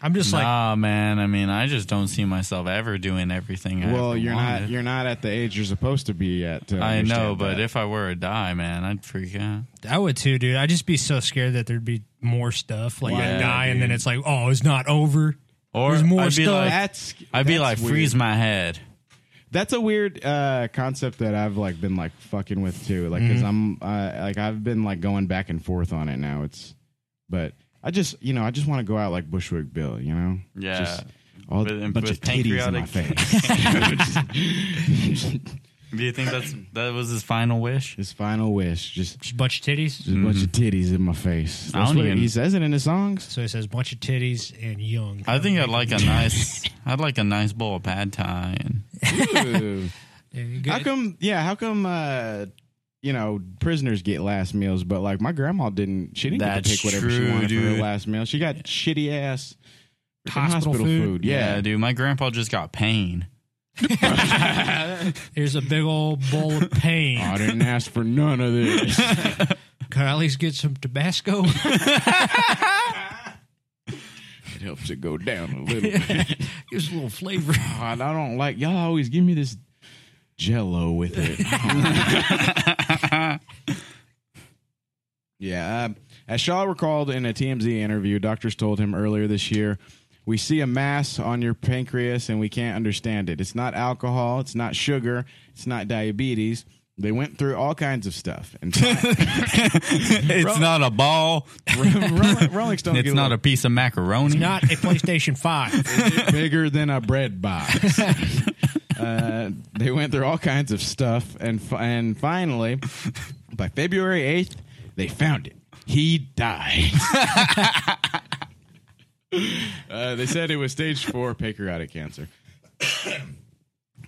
S6: I'm just like,
S7: Nah, man. I mean, I just don't see myself ever doing everything. I
S5: Well,
S7: ever
S5: you're not
S7: wanted.
S5: you're not at the age you're supposed to be at. to
S7: I know,
S5: understand
S7: but
S5: that.
S7: if I were to die, man, I'd freak out.
S6: I would too, dude. I'd just be so scared that there'd be more stuff. Like
S7: Yeah,
S6: I'd die, and then
S7: dude.
S6: it's like, oh, it's not over.
S7: Or
S6: There's more
S7: I'd be
S6: stuff.
S7: like,
S5: that's
S7: I'd be
S5: that's
S7: like,
S5: weird.
S7: freeze my head.
S5: That's a weird uh, concept that I've like been like fucking with too. Like, because I'm
S7: Mm-hmm.
S5: uh, like I've been like going back and forth on it now. It's but I just you know I just want to go out like Bushwick Bill. You know,
S7: Yeah.
S5: Just all
S7: With-
S5: a
S7: and
S5: bunch
S7: with
S5: of titties in my
S7: pancreatic-
S5: face.
S7: Do you think that's that was his final wish?
S5: His final wish, just.
S6: Just a bunch of titties.
S5: Just a bunch of titties in my face.
S7: Mm-hmm. I
S5: That's
S7: don't
S5: what
S7: even-
S5: he says it in his songs.
S6: So it says bunch of titties and young.
S7: I think uh, I'd like a nice, I'd like a nice bowl of pad thai. And
S5: Ooh.
S6: Good.
S5: How come? Yeah, how come? uh You know, prisoners get last meals, but like my grandma didn't. She didn't get to
S7: That's
S5: pick whatever she
S7: true,
S5: wanted for her
S7: dude.
S5: last meal. She got shitty ass freaking
S6: Hospital food?
S5: Yeah,
S7: dude, my grandpa just got pain.
S6: Here's a big old bowl of pain.
S5: I didn't ask for none of this.
S6: Can I at least get some Tabasco?
S5: it helps it go down a little bit.
S6: Gives a little flavor.
S5: God, I don't like y'all. Always give me this Jello with it. Yeah. Uh, as Shaw recalled in a TMZ interview, doctors told him earlier this year, we see a mass on your pancreas and we can't understand it. It's not alcohol, it's not sugar, it's not diabetes. They went through all kinds of stuff. And
S7: it's not a ball.
S5: Rolling, Rolling Stone
S7: It's not a piece of macaroni.
S6: Not a PlayStation 5.
S5: bigger than a bread box. uh, they went through all kinds of stuff, and fi- and finally, by February eighth, they found it. He died. uh, they said it was stage four pancreatic cancer.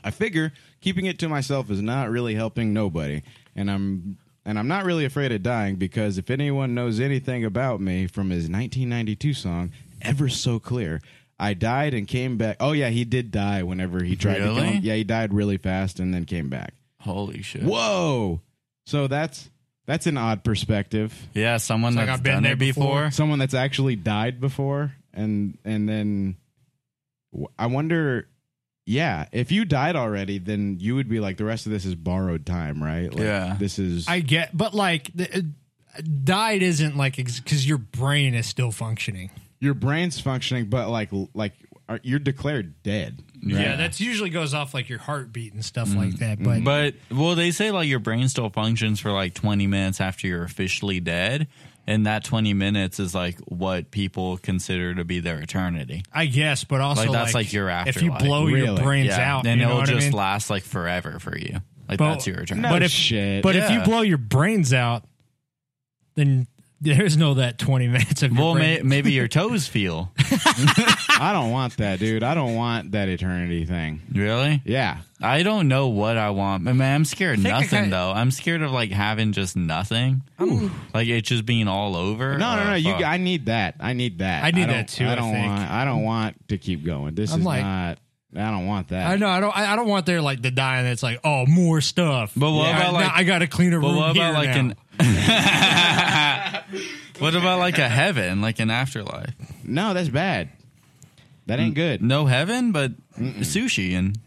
S5: I figure keeping it to myself is not really helping nobody, and I'm and I'm not really afraid of dying because if anyone knows anything about me from his 1992 song "Ever So Clear," I died and came back. Oh yeah, he did die whenever he tried to
S7: Really?
S5: come. Yeah, he died really fast and then came back.
S7: Holy shit!
S5: Whoa! So that's that's an odd perspective.
S7: Yeah, someone
S6: It's like
S7: that's
S6: I've been
S7: done
S6: there
S7: it before.
S5: Someone that's actually died before, and and then I wonder yeah, if you died already, then you would be like, the rest of this is borrowed time, right? Like,
S7: Yeah.
S5: This is.
S6: I get, but like the, uh, died isn't like because your brain is still functioning.
S5: your brain's functioning, but like, like are, you're declared dead. right?
S6: Yeah, that's usually goes off like your heartbeat and stuff like that. Mm. But
S7: But well, they say like your brain still functions for like 20 minutes after you're officially dead, and that 20 minutes is like what people consider to be their eternity.
S6: I guess, but also
S7: like that's like, your afterlife.
S6: If you blow your
S7: Really?
S6: brains
S7: Yeah.
S6: out,
S7: then
S6: you know
S7: it'll
S6: what I
S7: just
S6: mean?
S7: last like forever for you. Like
S6: But-
S7: that's your eternity.
S6: But if but if you
S7: Yeah.
S6: blow your brains out, then there's no that 20 minutes of your
S7: well, may,
S6: brain.
S7: maybe your toes feel
S5: I don't want that, dude. I don't want that eternity thing.
S7: really.
S5: Yeah.
S7: I don't know what I want. Man, I'm scared of
S6: think I
S7: nothing
S6: kinda-
S7: though. I'm scared of like having just nothing, like it just being all over.
S5: No, no,
S7: Oh,
S5: no. You,
S7: fuck.
S5: I need that. I need that.
S6: I need
S5: don't-
S6: that too,
S5: I
S6: I
S5: don't
S6: think.
S5: want. I don't want to keep going. This
S6: I'm
S5: is
S6: like-
S5: not. I don't want that.
S6: I know I don't I I don't want there like the dying that's like oh more stuff.
S7: But what
S6: Yeah,
S7: about,
S6: now
S7: like-
S6: I got to clean a
S7: But
S6: room
S7: what
S6: here
S7: about like
S6: now.
S7: an What about like a heaven, like an afterlife?
S5: No, that's bad. That
S7: Mm.
S5: ain't good. No,
S7: No heaven, but sushi and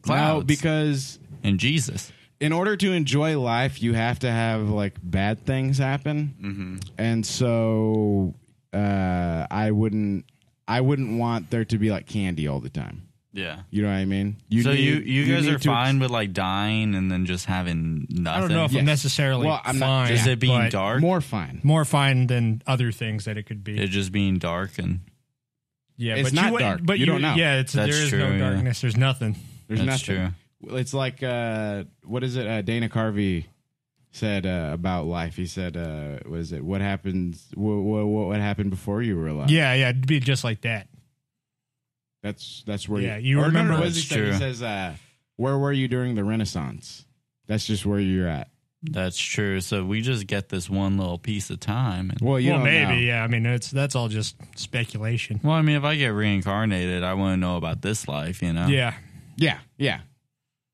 S7: clouds
S5: because
S7: and Jesus.
S5: in order to enjoy life, you have to have like bad things happen,
S7: Mm-hmm.
S5: and so uh, I wouldn't. I wouldn't want there to be like candy all the time.
S7: Yeah.
S5: You know what I mean?
S7: so
S5: need-
S7: you you guys
S5: need
S7: are
S5: to-
S7: fine with like dying and then just having nothing.
S6: I don't know if I'm
S5: Yes.
S6: necessarily
S5: Well, I'm not-
S6: fine.
S7: Is it being
S6: but
S7: dark?
S5: More fine.
S6: more fine than other things that it could be?
S7: It just being dark and
S6: yeah,
S5: It's
S6: but
S5: not
S6: you, wouldn't-
S5: dark.
S6: But
S5: You don't know.
S6: Yeah, it's,
S7: That's
S6: there is
S7: true,
S6: no
S7: yeah.
S6: darkness. There's nothing.
S5: There's
S7: That's
S5: nothing. It's like uh, what is it? Uh, Dana Carvey said uh, about life. He said, uh, "Was it what happens? What, what what happened before you were alive?
S6: Yeah, yeah, it'd be just like that.
S5: that's that's where.
S6: Yeah, you
S5: or no,
S6: remember-
S5: no, what does he
S7: That's
S5: say? He
S7: true.
S5: says, uh, "Where were you during the Renaissance? That's just where you're at.
S7: that's true. So we just get this one little piece of time. And,
S5: Well, you
S6: well,
S5: don't
S6: maybe.
S5: know.
S6: Yeah, I mean, it's that's all just speculation.
S7: well, I mean, if I get reincarnated, I want to know about this life. You know.
S6: Yeah,
S5: yeah, yeah.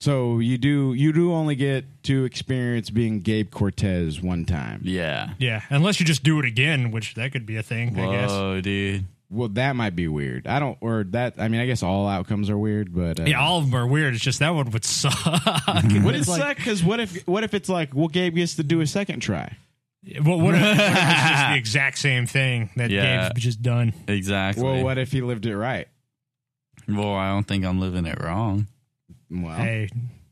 S5: So you do you do only get to experience being Gabe Cortez one time.
S7: Yeah.
S6: yeah. Unless you just do it again, which that could be a thing. I guess.
S7: Whoa, dude.
S5: Well, that might be weird. I don't or that. I mean, I guess all outcomes are weird, but uh,
S6: Yeah, all of them are weird. It's just that one would suck.
S5: Would it
S6: It's like-
S5: suck? Because what if what if it's like, well, Gabe gets to do a second try.
S6: Well, what if, what if it's just the exact same thing that
S7: Yeah.
S6: Gabe's just done?
S7: Exactly.
S5: Well, what if he lived it right?
S7: Well, I don't think I'm living it wrong. Oh.
S5: Well,
S6: Hey,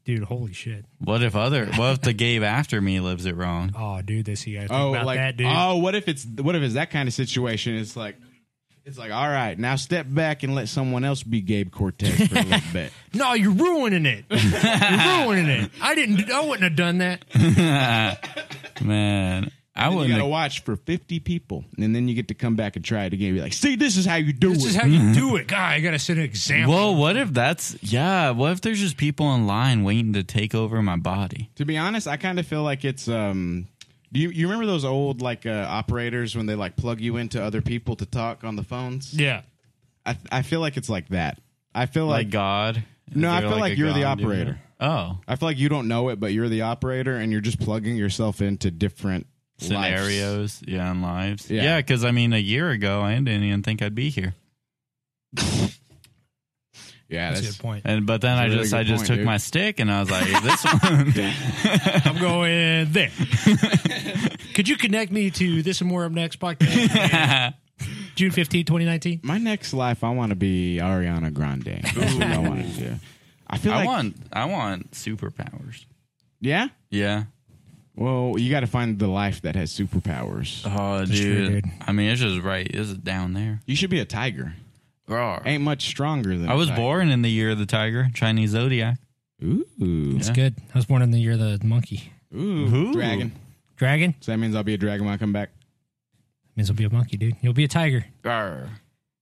S6: dude, holy shit!
S7: What if other? What if the Gabe after me lives it wrong?
S6: Oh, dude, this you gotta think
S5: oh,
S6: about
S5: like
S6: that, dude.
S5: oh, what if it's what if it's that kind of situation? It's like. It's like, all right, now step back and let someone else be Gabe Cortez for a little bit.
S6: No, you're ruining it. you're ruining it. I didn't. I wouldn't have done that.
S7: Man, I
S5: You
S7: wouldn't.
S5: gotta watch for fifty people, and then you get to come back and try it again. Be like, see, this is how you do
S6: This
S5: it.
S6: is how you do it, God. I gotta set an example.
S7: Whoa, what if that's yeah? What if there's just people online waiting to take over my body?
S5: to be honest, I kind of feel like it's um. Do you you remember those old like uh, operators when they like plug you into other people to talk on the phones?
S6: Yeah.
S5: I I feel like it's like that. I feel
S7: Like,
S5: like,
S7: God? Is
S5: No, I
S7: there,
S5: feel like
S7: a
S5: you're the
S7: God doing
S5: operator.
S7: that? Oh,
S5: I feel like you don't know it, but you're the operator and you're just plugging yourself into different lives.
S7: scenarios, yeah, and lives,
S5: Yeah.
S7: yeah. Because I mean, a year ago, I didn't even think I'd be here,
S5: Yeah,
S6: That's a
S5: that's
S6: good point.
S7: and but then
S5: That's a
S7: I
S5: really
S7: just
S5: good
S7: I just
S5: point,
S7: took
S5: dude.
S7: my stick and I was like, this one.
S6: I'm going there. Could you connect me to this and more up next podcast? June 15, 2019.
S5: My next life, I want to be Ariana Grande. That's what I want to do. I feel
S7: I
S5: like
S7: want I want superpowers.
S5: yeah.
S7: Yeah.
S5: Well, you got to find the life that has superpowers.
S7: Oh, dude.
S6: true, dude.
S7: I mean, it's just right. It's down there.
S5: You should be a tiger.
S7: Roar.
S5: Ain't much stronger than
S7: I
S5: a
S7: was
S5: tiger.
S7: born in the year of the tiger, Chinese zodiac.
S5: Ooh,
S6: That's good. I was born in the year of the monkey.
S5: ooh, dragon.
S6: Dragon?
S5: So that means I'll be a dragon when I come back.
S6: Means I'll be a monkey, dude. You'll be a tiger.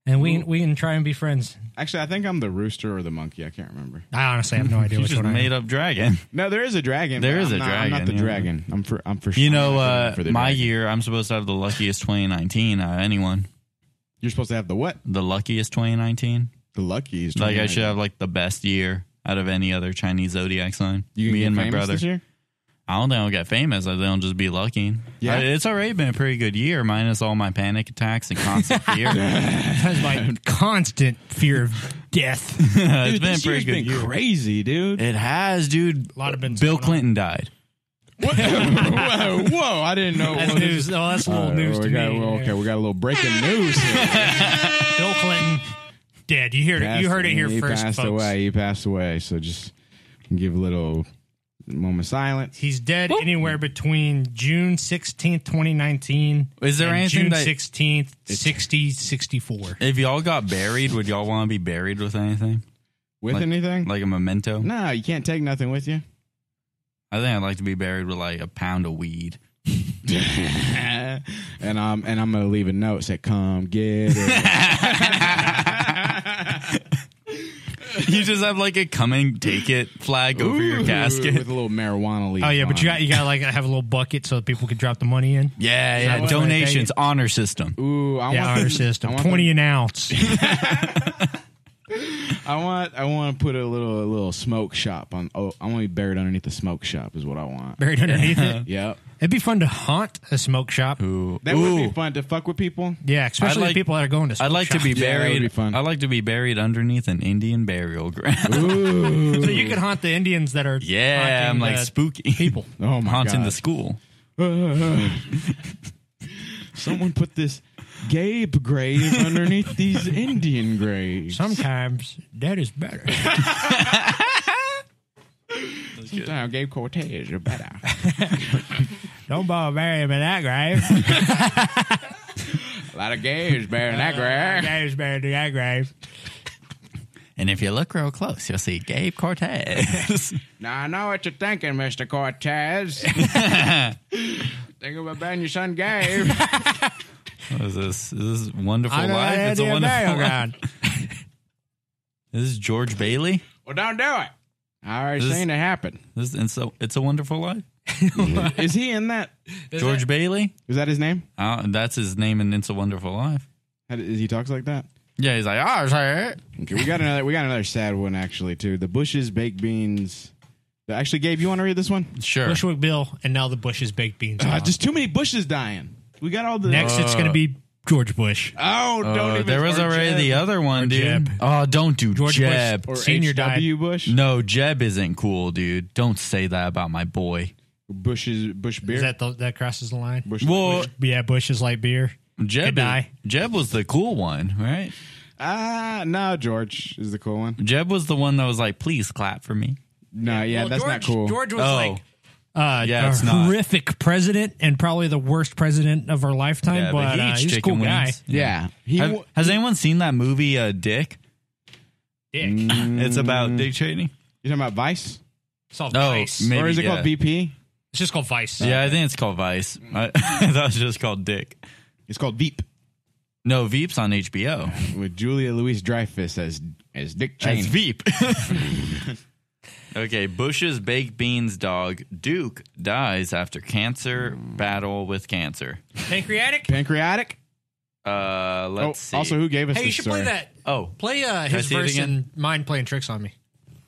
S6: And we, we can try and be friends.
S5: Actually, I think I'm the rooster or the monkey. I can't remember.
S6: I honestly have no idea
S7: You
S6: which
S7: just
S6: one I
S7: made up dragon.
S5: No, there is a dragon.
S7: There
S5: but
S7: is
S5: I'm
S7: a
S5: not- I'm not
S7: dragon,
S5: the
S7: yeah.
S5: dragon. I'm for. I'm for.
S7: You know,
S5: I'm
S7: uh,
S5: for the
S7: my
S5: dragon.
S7: year, I'm supposed to have the luckiest 2019 out of anyone.
S5: You're supposed to have the what?
S7: The luckiest 2019.
S5: The luckies.
S7: Like, I should have, like, the best year out of any other Chinese zodiac sign.
S5: You
S7: Me
S5: get
S7: and my
S5: famous
S7: brother.
S5: This year?
S7: I don't think I'll get famous. I think I'll just be lucky.
S5: Yeah.
S7: I- it's already been a pretty good year, minus all my panic attacks and constant fear.
S6: Because my constant fear of death.
S7: it's
S5: Dude,
S7: been
S5: this
S7: a pretty
S5: year's
S7: good
S5: been
S7: year.
S5: crazy, dude.
S7: It has, dude.
S6: A lot of been
S7: Bill
S6: going on.
S7: Clinton died.
S5: What? whoa, whoa, I didn't know.
S6: That's
S5: what this
S6: news.
S5: is-
S6: Oh, that's a little
S5: All right,
S6: news to
S5: we got,
S6: me.
S5: well, Okay, we got a little breaking news. Here.
S6: Bill Clinton dead. You heard it. You heard it here
S5: he
S6: first,
S5: passed
S6: folks.
S5: away. He passed away. So just give a little moment of silence.
S6: He's dead anywhere between June 16th, 2019.
S7: Is there
S6: and
S7: anything
S6: June
S7: that-
S6: 16th, 60, 64.
S7: If y'all got buried, would y'all want to be buried with anything?
S5: With
S7: Like-
S5: anything?
S7: Like a memento?
S5: no, you can't take nothing with you.
S7: I think I'd like to be buried with like a pound of weed.
S5: and I'm and I'm gonna leave a note say, "Come get it."
S7: You just have like a come and take it flag over your
S5: Ooh,
S7: casket.
S5: with a little marijuana leaf.
S6: Oh yeah, but
S5: on
S6: you
S5: it.
S6: got you got like have a little bucket so that people can drop the money in.
S7: Yeah, yeah.
S6: what-
S7: Donations, honor system.
S5: Ooh, I
S6: Yeah,
S5: want
S6: honor
S5: the- I
S6: system.
S5: want
S6: Twenty
S5: the-
S6: an ounce.
S5: I want. I want to put a little a little smoke shop on. Oh, I want to be buried underneath the smoke shop. Is what I want.
S6: buried underneath it.
S5: Yep.
S6: It'd be fun to haunt a smoke shop.
S7: Ooh.
S5: That would be fun to fuck with people.
S6: Yeah, especially the
S7: like-
S6: people that are going to. Smoke
S7: I'd like to
S6: shops.
S7: be
S5: Yeah, that would
S7: buried.
S5: be fun.
S7: I'd like to be buried underneath an Indian burial ground.
S6: So you could haunt the Indians that are.
S7: yeah,
S6: haunting
S7: I'm like
S6: the
S7: spooky
S6: people.
S5: Oh my
S7: haunting
S5: god.
S7: the school.
S5: Someone put this Gabe grave underneath these Indian graves.
S6: Sometimes that is better.
S5: Sometimes Gabe Cortez are better.
S6: Don't bother burying me in that grave.
S5: a lot of Gabes burying that grave.
S6: that is buried in that grave.
S7: And if you look real close, you'll see Gabe Cortez.
S5: Now I know what you're thinking, Mr. Cortez. Think about burying your son Gabe.
S7: what is this? Is this wonderful
S6: I know
S7: life?
S6: that
S7: It's a
S6: Indian burial
S7: wonderful life.
S6: ground.
S7: This is George Bailey.
S5: well, don't do it. I already
S7: This-
S5: seen it happen.
S7: This and so it's a wonderful life.
S5: Is he in that?
S7: George Bailey.
S5: Is that his name?
S7: Uh, that's his name in It's a Wonderful Life.
S5: How, is he talks like that?
S7: Yeah, he's like, ah, it's alright."
S5: Okay, we got another. We got another sad one actually too. The Bushes baked beans. Actually, Gabe, you want to read this one?
S7: sure.
S6: Bushwick Bill, and now the Bush's baked beans. are
S5: Uh,
S6: on.
S5: just too many bushes dying. We got all the
S6: Next, it's going to be George Bush.
S5: Oh, don't
S7: Uh,
S5: even.
S7: there was
S5: or
S7: already
S5: Jeb.
S7: the other one, dude.
S6: Jeb.
S7: Oh, don't do
S6: George Bush.
S7: Jeb.
S5: or
S6: senior
S5: H.W. Bush.
S7: No, Jeb isn't cool, dude. Don't say that about my boy.
S5: Bush's Bush beer.
S6: Is that the, that crosses the line?
S5: Bush.
S7: Well,
S6: Yeah, Bush is like beer.
S7: Jeb,
S6: Good guy.
S7: Jeb was the cool one, right?
S5: ah, no, George is the cool one.
S7: Jeb was the one that was like, please clap for me.
S5: No, yeah, that's not cool.
S6: George was
S7: Oh.
S6: like uh,
S7: Yeah,
S6: a
S7: it's not.
S6: horrific president and probably the worst president of our lifetime.
S7: Yeah,
S6: but,
S7: he
S6: uh,
S7: eats
S6: he's a cool
S7: chicken
S6: guy.
S7: wings.
S5: yeah, he.
S7: Have-
S5: wa-
S7: has anyone seen that movie, uh, Dick? Mm.
S6: Dick.
S7: It's about Dick Cheney.
S5: you talking about Vice,
S6: It's called
S7: Oh,
S6: Vice.
S7: maybe,
S5: or is it
S7: yeah.
S5: called BP?
S6: It's just called Vice.
S7: Yeah, I think it's called Vice. I, that was just called Dick.
S5: It's called Veep
S7: No, Veep's on HBO.
S5: with Julia Louise Dreyfus as as Dick Cheney.
S7: That's Veep. okay, Bush's baked beans dog Duke dies after cancer battle with cancer.
S6: Pancreatic.
S5: Pancreatic.
S7: Uh,
S5: Oh,
S7: let's see.
S5: also, who gave us?
S6: Hey, you
S5: this
S6: should
S5: story?
S6: play that.
S7: Oh,
S6: Play uh,
S7: I
S6: his
S7: see it
S6: verse
S7: again?
S6: and mine playing tricks on me.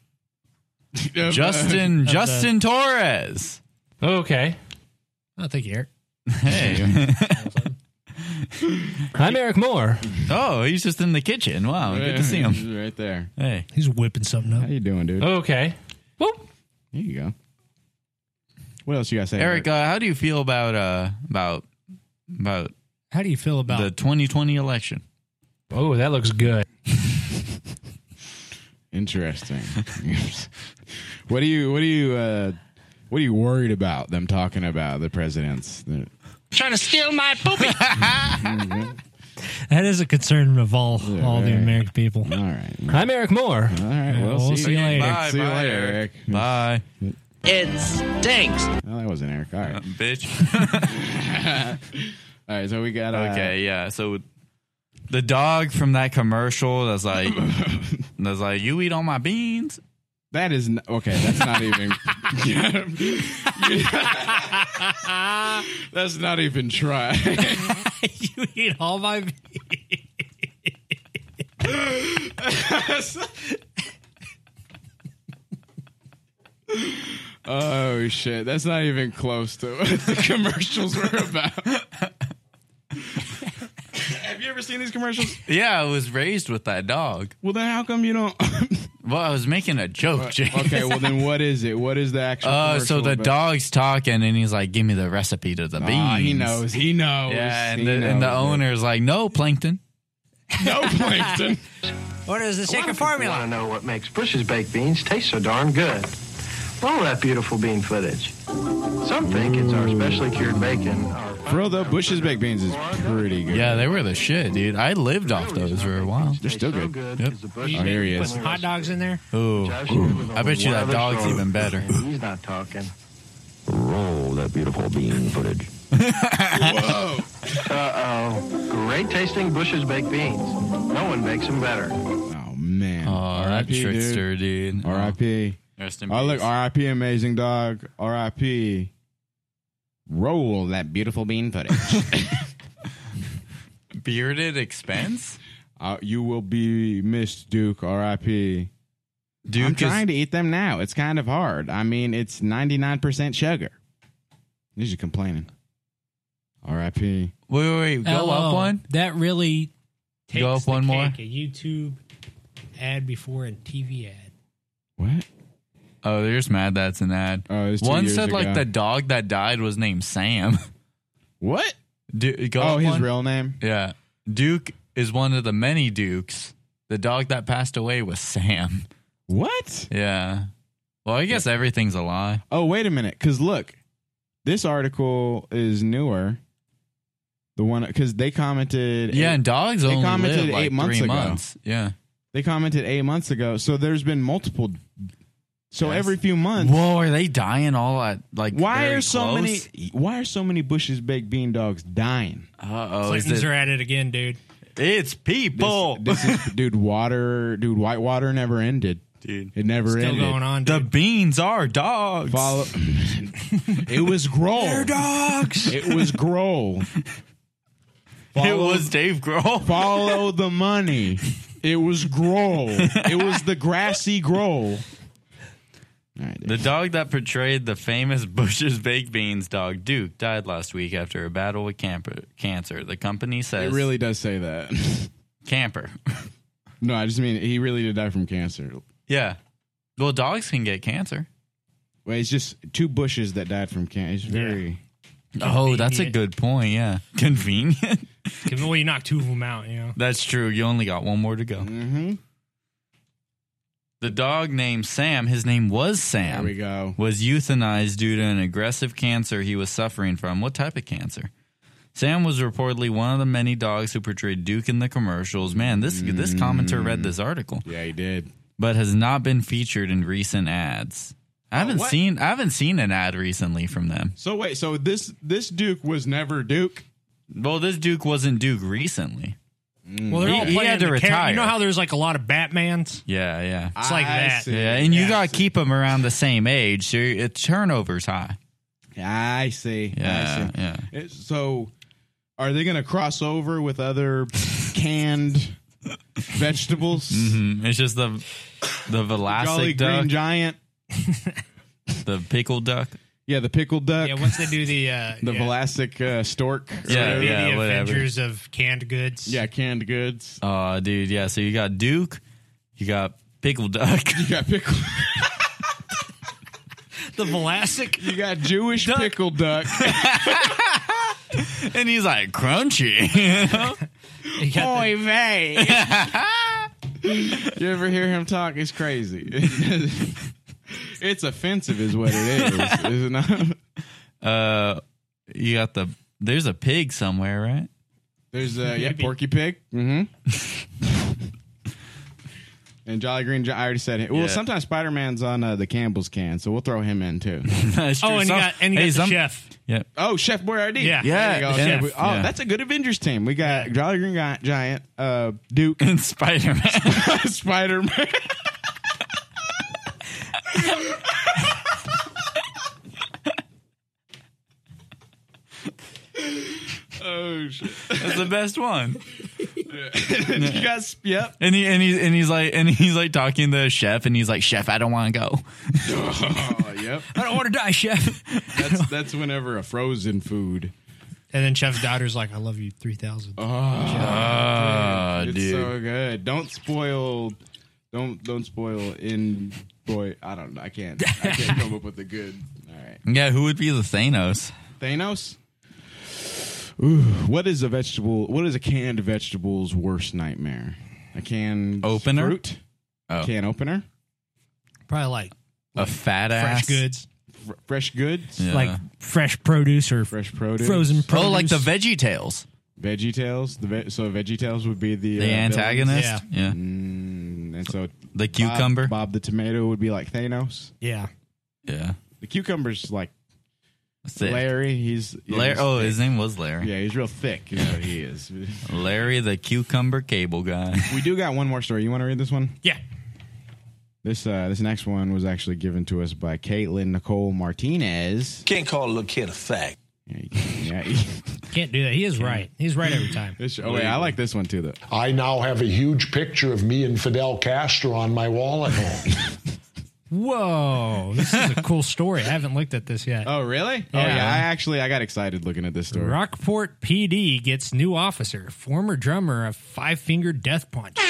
S7: Justin Justin Torres.
S12: Okay.
S6: I don't think you hear.
S7: Hey.
S12: I'm Eric Moore.
S7: oh, he's just in the kitchen. Wow, Oh, good to see him.
S5: right there. Oh.
S7: Hey,
S6: it. He's whipping something
S5: How
S6: up.
S5: you doing, dude?
S12: Okay.
S5: There you go. What else you got to say,
S7: Eric. Uh, how do you feel about uh about about
S6: How do you feel about
S7: the 2020 election?
S12: Oh, that looks good.
S5: Interesting. what do you what do you uh what are you worried about them talking about the presidents? The-
S12: Trying to steal my poopy.
S6: that? Is a concern of all all the
S5: right.
S6: American people.
S5: All right.
S12: I'm Eric Moore.
S5: All right.
S6: Yeah,
S5: well,
S6: we'll
S5: see,
S6: see you later.
S5: See you later, Eric.
S7: Bye,
S5: Oh, that wasn't Eric. All right.
S7: Uh, bitch.
S5: All right. So we got. Uh,
S7: okay, yeah. So the dog from that commercial that's like that's like you eat all my beans.
S5: That is n- okay. That's not even. that's not even try.
S6: you eat all my.
S5: oh shit! That's not even close to what the commercials were about. Have you you ever seen these commercials?
S7: Yeah, I was raised with that dog.
S5: Well, then how come you don't?
S7: well, I was making a joke, James.
S5: okay, well then what is it? What is the actual?
S7: Uh, so
S5: commercial
S7: the
S5: about?
S7: dog's talking, and he's like, "Give me the recipe to the beans."
S5: Ah, he knows. He knows.
S7: Yeah, and
S5: he
S7: the, and the
S5: knows.
S7: owner's like, "No, plankton."
S5: no plankton.
S13: What is the secret formula?
S14: I know what makes Bush's baked beans taste so darn good. All that beautiful bean footage. Some think it's our specially cured bacon. Our
S5: Bro, the Bush's baked beans is pretty good.
S7: Yeah, they were the shit, dude. I lived off those for a while.
S5: They're still good.
S7: Yep.
S14: Oh,
S7: here he
S6: Put
S7: is.
S6: some hot dogs in there.
S7: Ooh, I bet you that dog's even better.
S14: He's not talking.
S13: Roll that beautiful bean footage.
S14: Whoa. Uh oh. Great tasting Bush's baked beans. No one bakes them better.
S5: Oh man.
S7: Oh, that
S5: R.I.P.,
S7: trickster, dude.
S5: R.I.P.
S7: Rest in
S5: Oh look,
S7: peace.
S5: R.I.P. Amazing Dog. R.I.P. Roll that beautiful bean footage.
S7: Bearded expense.
S5: uh, you will be missed, Duke. R.I.P.
S7: Duke
S5: I'm
S7: is-
S5: trying to eat them now. It's kind of hard. I mean, it's 99% sugar. These are complaining. R.I.P.
S7: Wait, wait, wait. Go
S6: LO.
S7: up one.
S6: That really takes
S7: Go up
S6: the
S7: one more.
S6: cake. A YouTube ad before a TV ad.
S5: What?
S7: Oh, they're just mad that's an ad.
S5: Oh, was two
S7: one
S5: years
S7: said like
S5: ago.
S7: the dog that died was named Sam.
S5: What?
S7: Du- go
S5: Oh,
S7: up
S5: his
S7: one.
S5: real name?
S7: Yeah, Duke is one of the many Dukes. The dog that passed away was Sam.
S5: What?
S7: Yeah. Well, I guess everything's a lie.
S5: Oh, wait a minute. Because look, this article is newer. The one because they commented.
S7: Yeah,
S5: eight-
S7: and dogs
S5: they
S7: only
S5: commented
S7: live like
S5: eight months
S7: three
S5: ago.
S7: months. Yeah.
S5: They commented eight months ago. So there's been multiple. So
S7: Yes.
S5: every few months.
S7: Whoa, are they dying all at like?
S5: why
S7: very
S5: are so
S7: close?
S5: many? Why are so many Bushes baked bean dogs dying?
S7: Uh oh,
S6: Clintons are at it again, dude.
S7: it's people.
S5: This is, dude, water, dude, white water never ended.
S7: Dude,
S5: it never
S6: Still
S5: ended.
S6: going on.
S7: the beans are dogs.
S5: Follow. it was Grohl.
S7: They're dogs.
S5: It was Grohl.
S7: it was Dave Grohl.
S5: Follow the money. It was Grohl. It was the grassy Grohl.
S7: The dog that portrayed the famous Bush's baked beans dog Duke died last week after a battle with camper, cancer. The company
S5: It
S7: says
S5: really does say that.
S7: camper.
S5: No, I just mean he really did die from cancer.
S7: yeah. Well, dogs can get cancer.
S5: Well, it's just two bushes that died from cancer. It's very.
S7: Oh, that's a
S6: Convenient.
S7: good point. Yeah. Convenient.
S6: Well, you knock two of them out, you know.
S7: that's true. You only got one more to go.
S5: Mm-hmm.
S7: The dog named Sam, his name was Sam.
S5: There we go.
S7: was euthanized due to an aggressive cancer he was suffering from. What type of cancer? Sam was reportedly one of the many dogs who portrayed Duke in the commercials. Man, this this commenter
S5: Mm.
S7: read this article,
S5: Yeah, he did.
S7: but has not been featured in recent ads. I haven't
S5: Oh, what?
S7: seen I haven't seen an ad recently from them.
S5: So wait, so this this Duke was never Duke.
S7: Well, this Duke wasn't Duke recently.
S6: Well, they're
S7: He-
S6: all
S7: he
S6: playing
S7: had to
S6: the
S7: retire.
S6: Char- you know how there's like a lot of Batmans.
S7: Yeah, yeah.
S6: It's like
S5: I
S6: that.
S5: see.
S7: Yeah, and you
S5: I
S7: got to
S5: see.
S7: keep them around the same age. So your it turnover's high.
S5: I see. I
S7: Yeah,
S5: see.
S7: yeah.
S5: It- so, are they going to cross over with other canned vegetables?
S7: Mhm. It's just the the
S5: Jolly
S7: Velasic duck,
S5: Green Giant.
S7: the pickled duck.
S5: Yeah, the pickled duck.
S6: Yeah, once they do the uh,
S5: the
S6: yeah,
S5: Velasic uh, stork.
S7: Yeah,
S6: the,
S7: yeah,
S6: the
S7: whatever.
S6: Avengers of canned goods.
S5: Yeah, canned goods.
S7: Oh, dude, yeah. So you got Duke, you got Pickle Duck,
S5: You got pickle.
S6: the Velasic.
S5: You got Jewish pickled duck.
S7: and he's like crunchy. you know?
S6: You got the-
S5: vey. you ever hear him talk? It's crazy. it's offensive, is what it is. Is it not?
S7: uh, you got the. There's a pig somewhere, right?
S5: There's uh, yeah, Porky Pig. Mm-hmm. and Jolly Green. Gi- I already said it. Well,
S7: Yeah.
S5: sometimes Spider Man's on uh, the Campbell's can, so we'll throw him in too.
S7: That's
S6: oh,
S7: true.
S6: and you
S7: Some-
S6: got and you
S7: hey,
S6: got the
S7: some-
S6: chef.
S7: Yeah.
S5: oh, Chef Boyardee.
S6: Yeah.
S7: Yeah,
S5: There you go.
S7: Chef,
S5: Chef Boy- Oh,
S7: yeah.
S5: that's a good Avengers team. We got Jolly Green Gi- Giant, uh, Duke,
S7: And Spider Man.
S5: Spider Man. oh shit!
S7: That's the best one.
S5: you got sp- yep.
S7: And he and he's and he's like and he's like talking to the chef, and he's like, "Chef, I don't want to go.
S5: Oh, yep.
S7: I don't want to die, chef."
S5: That's that's whenever a frozen food
S6: And then Chef's daughter's like, "I love you, three thousand.
S7: Uh-huh.
S5: Ah,
S7: dude.
S5: it's so good. Don't spoil. Don't don't spoil in boy. I don't. know. I can't. I can't come up with a good. All right.
S7: Yeah, who would be the Thanos?
S5: Thanos. Ooh, what is a vegetable? What is a canned vegetable's worst nightmare? A canned
S7: Opener?
S5: fruit.
S7: Oh.
S5: Can opener.
S6: Probably like
S7: A fat
S6: fresh
S7: ass.
S6: goods,
S5: Fr- fresh goods.
S7: Yeah.
S6: like fresh produce or
S5: fresh produce,
S6: frozen produce.
S7: Uh-huh. Oh, like the Veggie Tales.
S5: Veggie Tales. The ve- so Veggie Tales would be the uh,
S7: The
S5: villains.
S7: antagonist? Yeah. Yeah.
S5: Mm, and so
S7: The
S5: Bob-
S7: cucumber?
S5: Bob the tomato would be like Thanos.
S6: yeah.
S7: Yeah.
S5: The cucumber's like
S7: Thick.
S5: Larry. He's yeah,
S7: Larry.
S5: he's
S7: Oh,
S5: thick.
S7: his name was Larry.
S5: Yeah, he's real thick. Is what he is.
S7: Larry the cucumber cable guy.
S5: we do got one more story. You want to read this one?
S6: Yeah.
S5: This uh, this next one was actually given to us by Caitlin Nicole Martinez.
S15: Can't call a little kid a fag.
S5: Yeah.
S6: Can't do that. He is right. He's right every time.
S5: oh wait, I like this one too though.
S16: I now have a huge picture of me and Fidel Castro on my wall at home.
S6: Whoa, this is a cool story. I haven't looked at this yet.
S5: Oh really? Oh
S6: Yeah.
S5: yeah. I actually I got excited looking at this story.
S6: Rockport PD gets new officer, former drummer of Five Finger Death Punch. All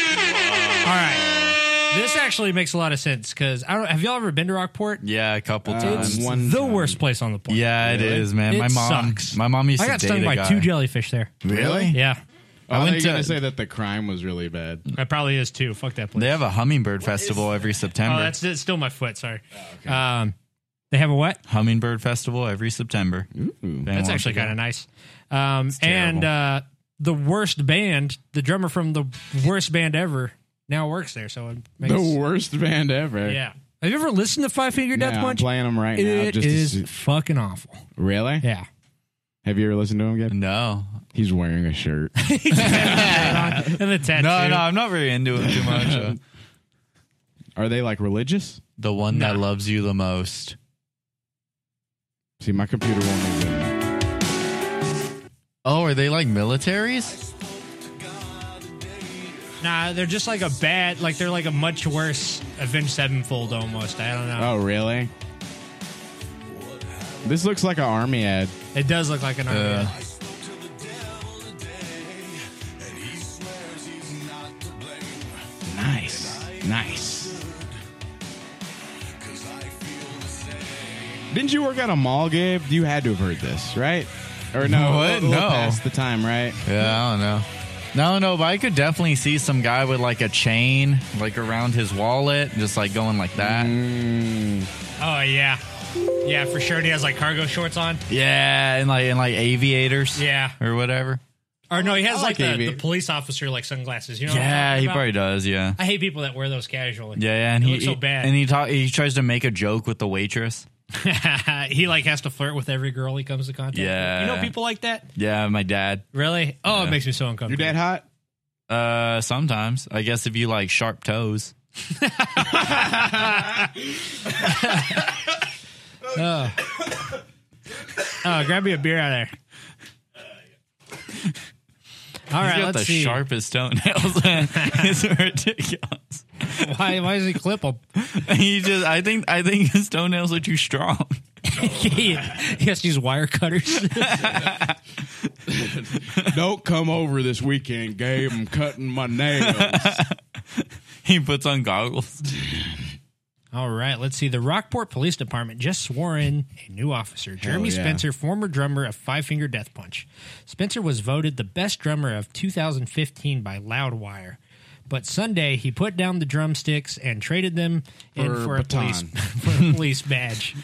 S6: right, this actually makes a lot of sense because I don't. Have y'all ever been to Rockport?
S7: Yeah, a couple
S5: Uh, Um,
S7: times.
S6: It's
S5: Oh,
S6: the worst place on the planet.
S7: Yeah, it is, man.
S6: It
S7: my mom.
S6: sucks.
S7: My mom used
S6: I
S7: to
S6: got
S7: date
S6: stung
S7: a
S6: by
S7: guy.
S6: two jellyfish there.
S7: Really?
S6: Yeah.
S5: Oh, I,
S7: I went
S5: was going
S7: to-
S5: to say that the crime was really bad.
S6: That probably is too. Fuck that place.
S7: They have a hummingbird festival every September.
S6: Oh, that's, that's still my foot. Sorry.
S5: Oh,
S6: um, they have a what?
S7: hummingbird festival every September.
S6: That's actually kind of nice. Um, and
S7: terrible.
S6: uh, the worst band, the drummer from the worst band ever, now works there. So it makes
S5: The worst band ever.
S6: Yeah. Have you ever listened to Five Finger Death
S5: No, I'm
S6: Punch?
S5: playing 'em right now
S6: It
S5: just to
S6: is
S5: see-
S6: fucking awful.
S5: Really?
S6: Yeah.
S5: Have you ever listened to him yet?
S7: No.
S5: He's wearing a shirt.
S6: and the tattoo.
S7: No, no, I'm not very into it too much. Uh,
S5: Are they like religious?
S7: the one that loves you the most.
S5: See, my computer won't do it.
S7: Oh, are they like militaries?
S6: Nah, they're just like a bad, like they're like a much worse Avenged Sevenfold almost. I don't know.
S5: Oh, really? This looks like an army ad.
S6: It does look like an army.
S5: Oh. Uh.
S6: ad.
S5: Nice. Nice. Didn't you work at a mall, Gabe? You had to have heard this, right? Or no?
S7: What?
S5: a little
S7: No.
S5: Past the time, right?
S7: Yeah, I don't know. No, no, but I could definitely see some guy with like a chain like around his wallet, just like going like that.
S6: Mm. Oh yeah, yeah for sure. And he has like cargo shorts on.
S7: Yeah, and like and like aviators.
S6: Yeah.
S7: or whatever.
S6: Or no, he has
S7: I
S6: like,
S7: like
S6: the,
S7: avi-
S6: the police officer like sunglasses. You know? what I'm
S7: Yeah,
S6: talking
S7: he
S6: about?
S7: probably does. Yeah,
S6: I hate people that wear those casually.
S7: yeah, yeah. And
S6: It
S7: he
S6: looks so bad.
S7: And he talk, he tries to make a joke with the waitress.
S6: he like has to flirt with every girl he comes to contact. with.
S7: Yeah.
S6: you know people like that.
S7: Yeah, my dad.
S6: Really? Oh, it
S7: Yeah.
S6: makes me so uncomfortable.
S5: Your dad hot?
S7: Uh, sometimes I guess if you like sharp toes.
S6: Oh. oh, grab me a beer out of there. All
S7: He's
S6: right,
S7: got
S6: let's
S7: the
S6: see.
S7: sharpest toenails. it's ridiculous.
S6: Why? Why does he clip him?
S7: He just, I think, I think his toenails are too strong.
S6: he has to use wire cutters.
S5: Don't come over this weekend, Gabe. I'm cutting my nails.
S7: He puts on goggles.
S6: All right, let's see. The Rockport Police Department just swore in a new officer, Jeremy
S5: yeah.
S6: Spencer, former drummer of Five Finger Death Punch. Spencer was voted the best drummer of 2015 by Loudwire. But Sunday, he put down the drumsticks and traded them in
S5: For a
S6: for a, police,
S5: baton.
S6: for a police badge.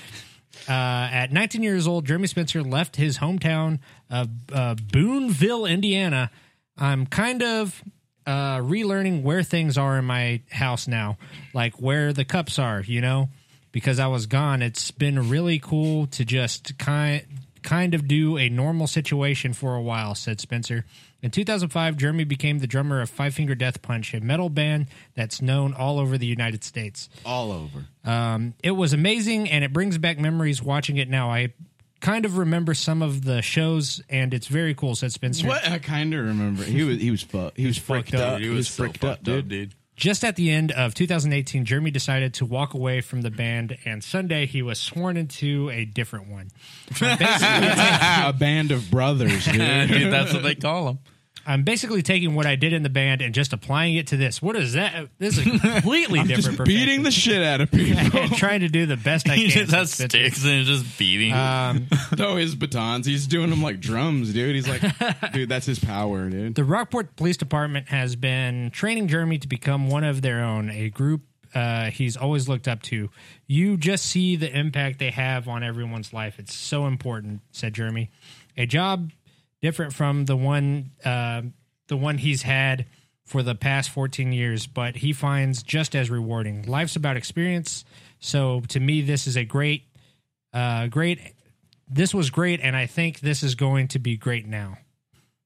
S6: Uh, at 19 years old, Jeremy Spencer left his hometown of uh, Booneville, Indiana. I'm kind of uh, relearning where things are in my house now, like where the cups are, you know, because I was gone. It's been really cool to just kind kind of do a normal situation for a while, said Spencer. In 2005, Jeremy became the drummer of Five Finger Death Punch, a metal band that's known all over the United States.
S5: All over.
S6: Um, it was amazing, and it brings back memories watching it now. I kind of remember some of the shows, and it's very cool," said Spencer.
S5: What I kind of remember. He was he was fucked. He was freaked
S6: up.
S5: up. He was freaked up, dude.
S6: Just at the end of 2018, Jeremy decided to walk away from the band, and Sunday he was sworn into a different one.
S5: a band of brothers, dude.
S7: Dude, that's what they call them.
S6: I'm basically taking what I did in the band and just applying it to this. What is that? This is a completely
S5: I'm
S6: different.
S5: just beating the shit out of people.
S6: and trying to do the best I
S7: He
S6: can.
S7: just has sticks and is just beating.
S6: Um,
S5: no, his batons. He's doing them like drums, dude. He's like, dude, that's his power, dude.
S6: The Rockport Police Department has been training Jeremy to become one of their own, a group uh, he's always looked up to. You just see the impact they have on everyone's life. It's so important," said Jeremy. A job different from the one uh, the one he's had for the past 14 years, but he finds just as rewarding. Life's about experience, so to me, this is a great, uh, great. This was great, and I think this is going to be great now,"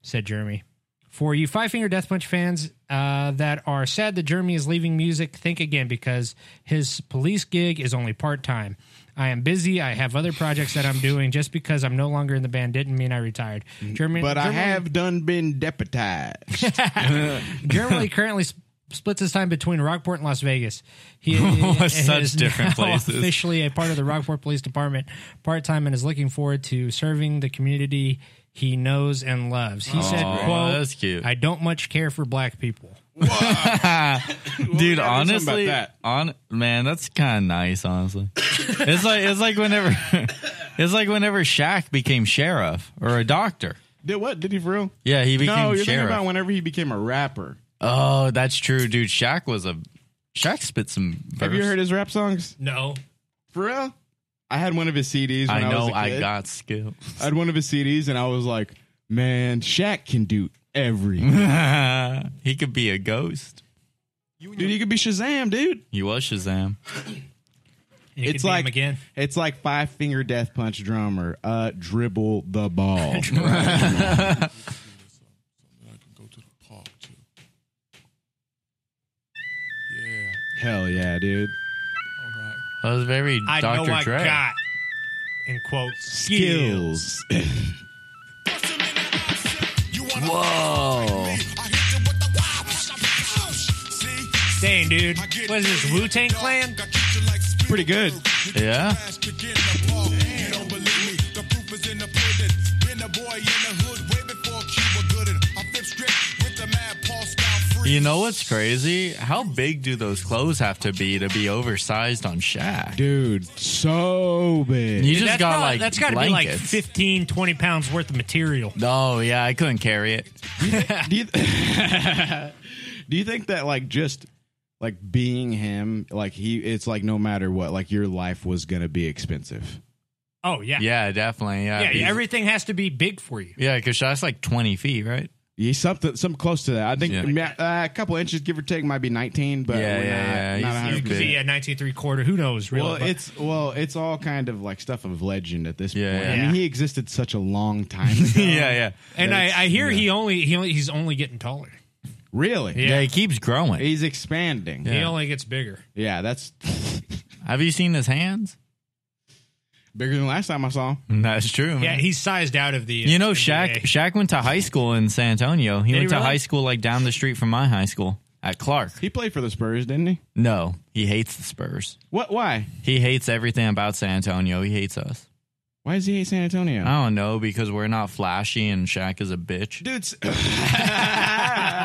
S6: said Jeremy. For you Five Finger Death Punch fans uh, that are sad that Jeremy is leaving music, think again because his police gig is only part time. I am busy. I have other projects that I'm doing. Just because I'm no longer in the band didn't mean I retired. Jeremy,
S5: Mm-hmm. but I
S6: Jeremy-
S5: have done been deputized.
S6: Jeremy currently sp- splits his time between Rockport and Las Vegas. He
S7: Oh, Such
S6: is
S7: different
S6: now
S7: places.
S6: Officially a part of the Rockport Police Department part time and is looking forward to serving the community he knows and loves. He said,
S7: Aw,
S6: "Quote:
S7: that's cute.
S6: I don't much care for black people."
S7: Dude,
S6: gotta do something about
S7: honestly,
S6: that.
S7: on man, that's kind of nice. Honestly, it's like it's like whenever it's like whenever Shaq became sheriff or a doctor.
S5: Did what? Did he for real?
S7: Yeah, he became
S5: no, you're thinking
S7: sheriff.
S5: about whenever he became a rapper.
S7: oh, that's true, dude. Shaq was a Shaq spit some. Verse.
S5: Have you heard his rap songs?
S6: No.
S5: For real? I had one of his CDs. When
S7: I
S5: I,
S7: know
S5: was a
S7: I
S5: kid.
S7: got skipped.
S5: I had one of his CDs, and I was like, man, Shaq can do everything.
S7: he could be a ghost.
S5: dude, he could be Shazam, dude.
S7: He was Shazam.
S6: could
S5: it's
S6: beat him
S5: like
S6: again.
S5: it's like five finger death punch drummer. Uh, dribble the ball.
S11: Yeah.
S5: Hell yeah, dude.
S7: That was very
S6: I
S7: Dr.
S6: know I
S7: Dre.
S6: got in quotes
S5: Skills.
S7: Whoa.
S6: Dang, dude, what is this Wu Tang Clan?
S5: Pretty good.
S7: Yeah. You know what's crazy? How big do those clothes have to be to be oversized on Shaq?
S5: Dude, so big.
S7: You just
S6: that's
S7: got
S6: probably-
S7: like
S6: that's got to be like
S7: blankets.
S6: 15, 20 pounds worth of material.
S7: No, yeah, I couldn't carry it.
S5: do, you do you think that like just like being him, like he, it's like no matter what, like your life was gonna be expensive.
S6: Oh yeah,
S7: Yeah, definitely. Yeah,
S6: yeah.
S7: he's-
S6: Everything has to be big for you.
S7: yeah, because Shaq's like twenty feet, right?
S5: Yeah, something, something close to that. I think
S7: Yeah.
S5: uh, a couple inches, give or take, might be nineteen, but
S7: Yeah,
S5: we're
S7: yeah,
S5: not,
S7: yeah.
S5: not 100%.
S7: He's-
S6: You could be a 19 three quarter. Who knows? Really?
S5: Well,
S6: But-
S5: it's well, it's all kind of like stuff of legend at this point. I
S6: yeah.
S5: mean, he existed such a long time. Ago.
S7: yeah, yeah.
S6: and
S5: That's-
S6: I, I hear
S5: yeah.
S6: he only he only he's only getting taller.
S5: Really?
S7: Yeah, he keeps growing.
S5: He's expanding.
S6: He
S5: Yeah,
S6: only gets bigger.
S5: that's
S7: Have you seen his hands?
S5: bigger than last time I saw. him.
S7: That's true. Man.
S6: Yeah, he's sized out of the. uh,
S7: You know,
S6: NBA.
S7: Shaq Shaq went to high school in San Antonio. He
S6: Did he
S7: went to
S6: really?
S7: high school like down the street from my high school at Clark.
S5: He played for the Spurs, didn't he?
S7: No, he hates the Spurs.
S5: What? Why?
S7: He hates everything about San Antonio. He hates us.
S5: Why does he hate San Antonio?
S7: I don't know because we're not flashy and Shaq is a bitch.
S5: Dudes,
S6: Uh,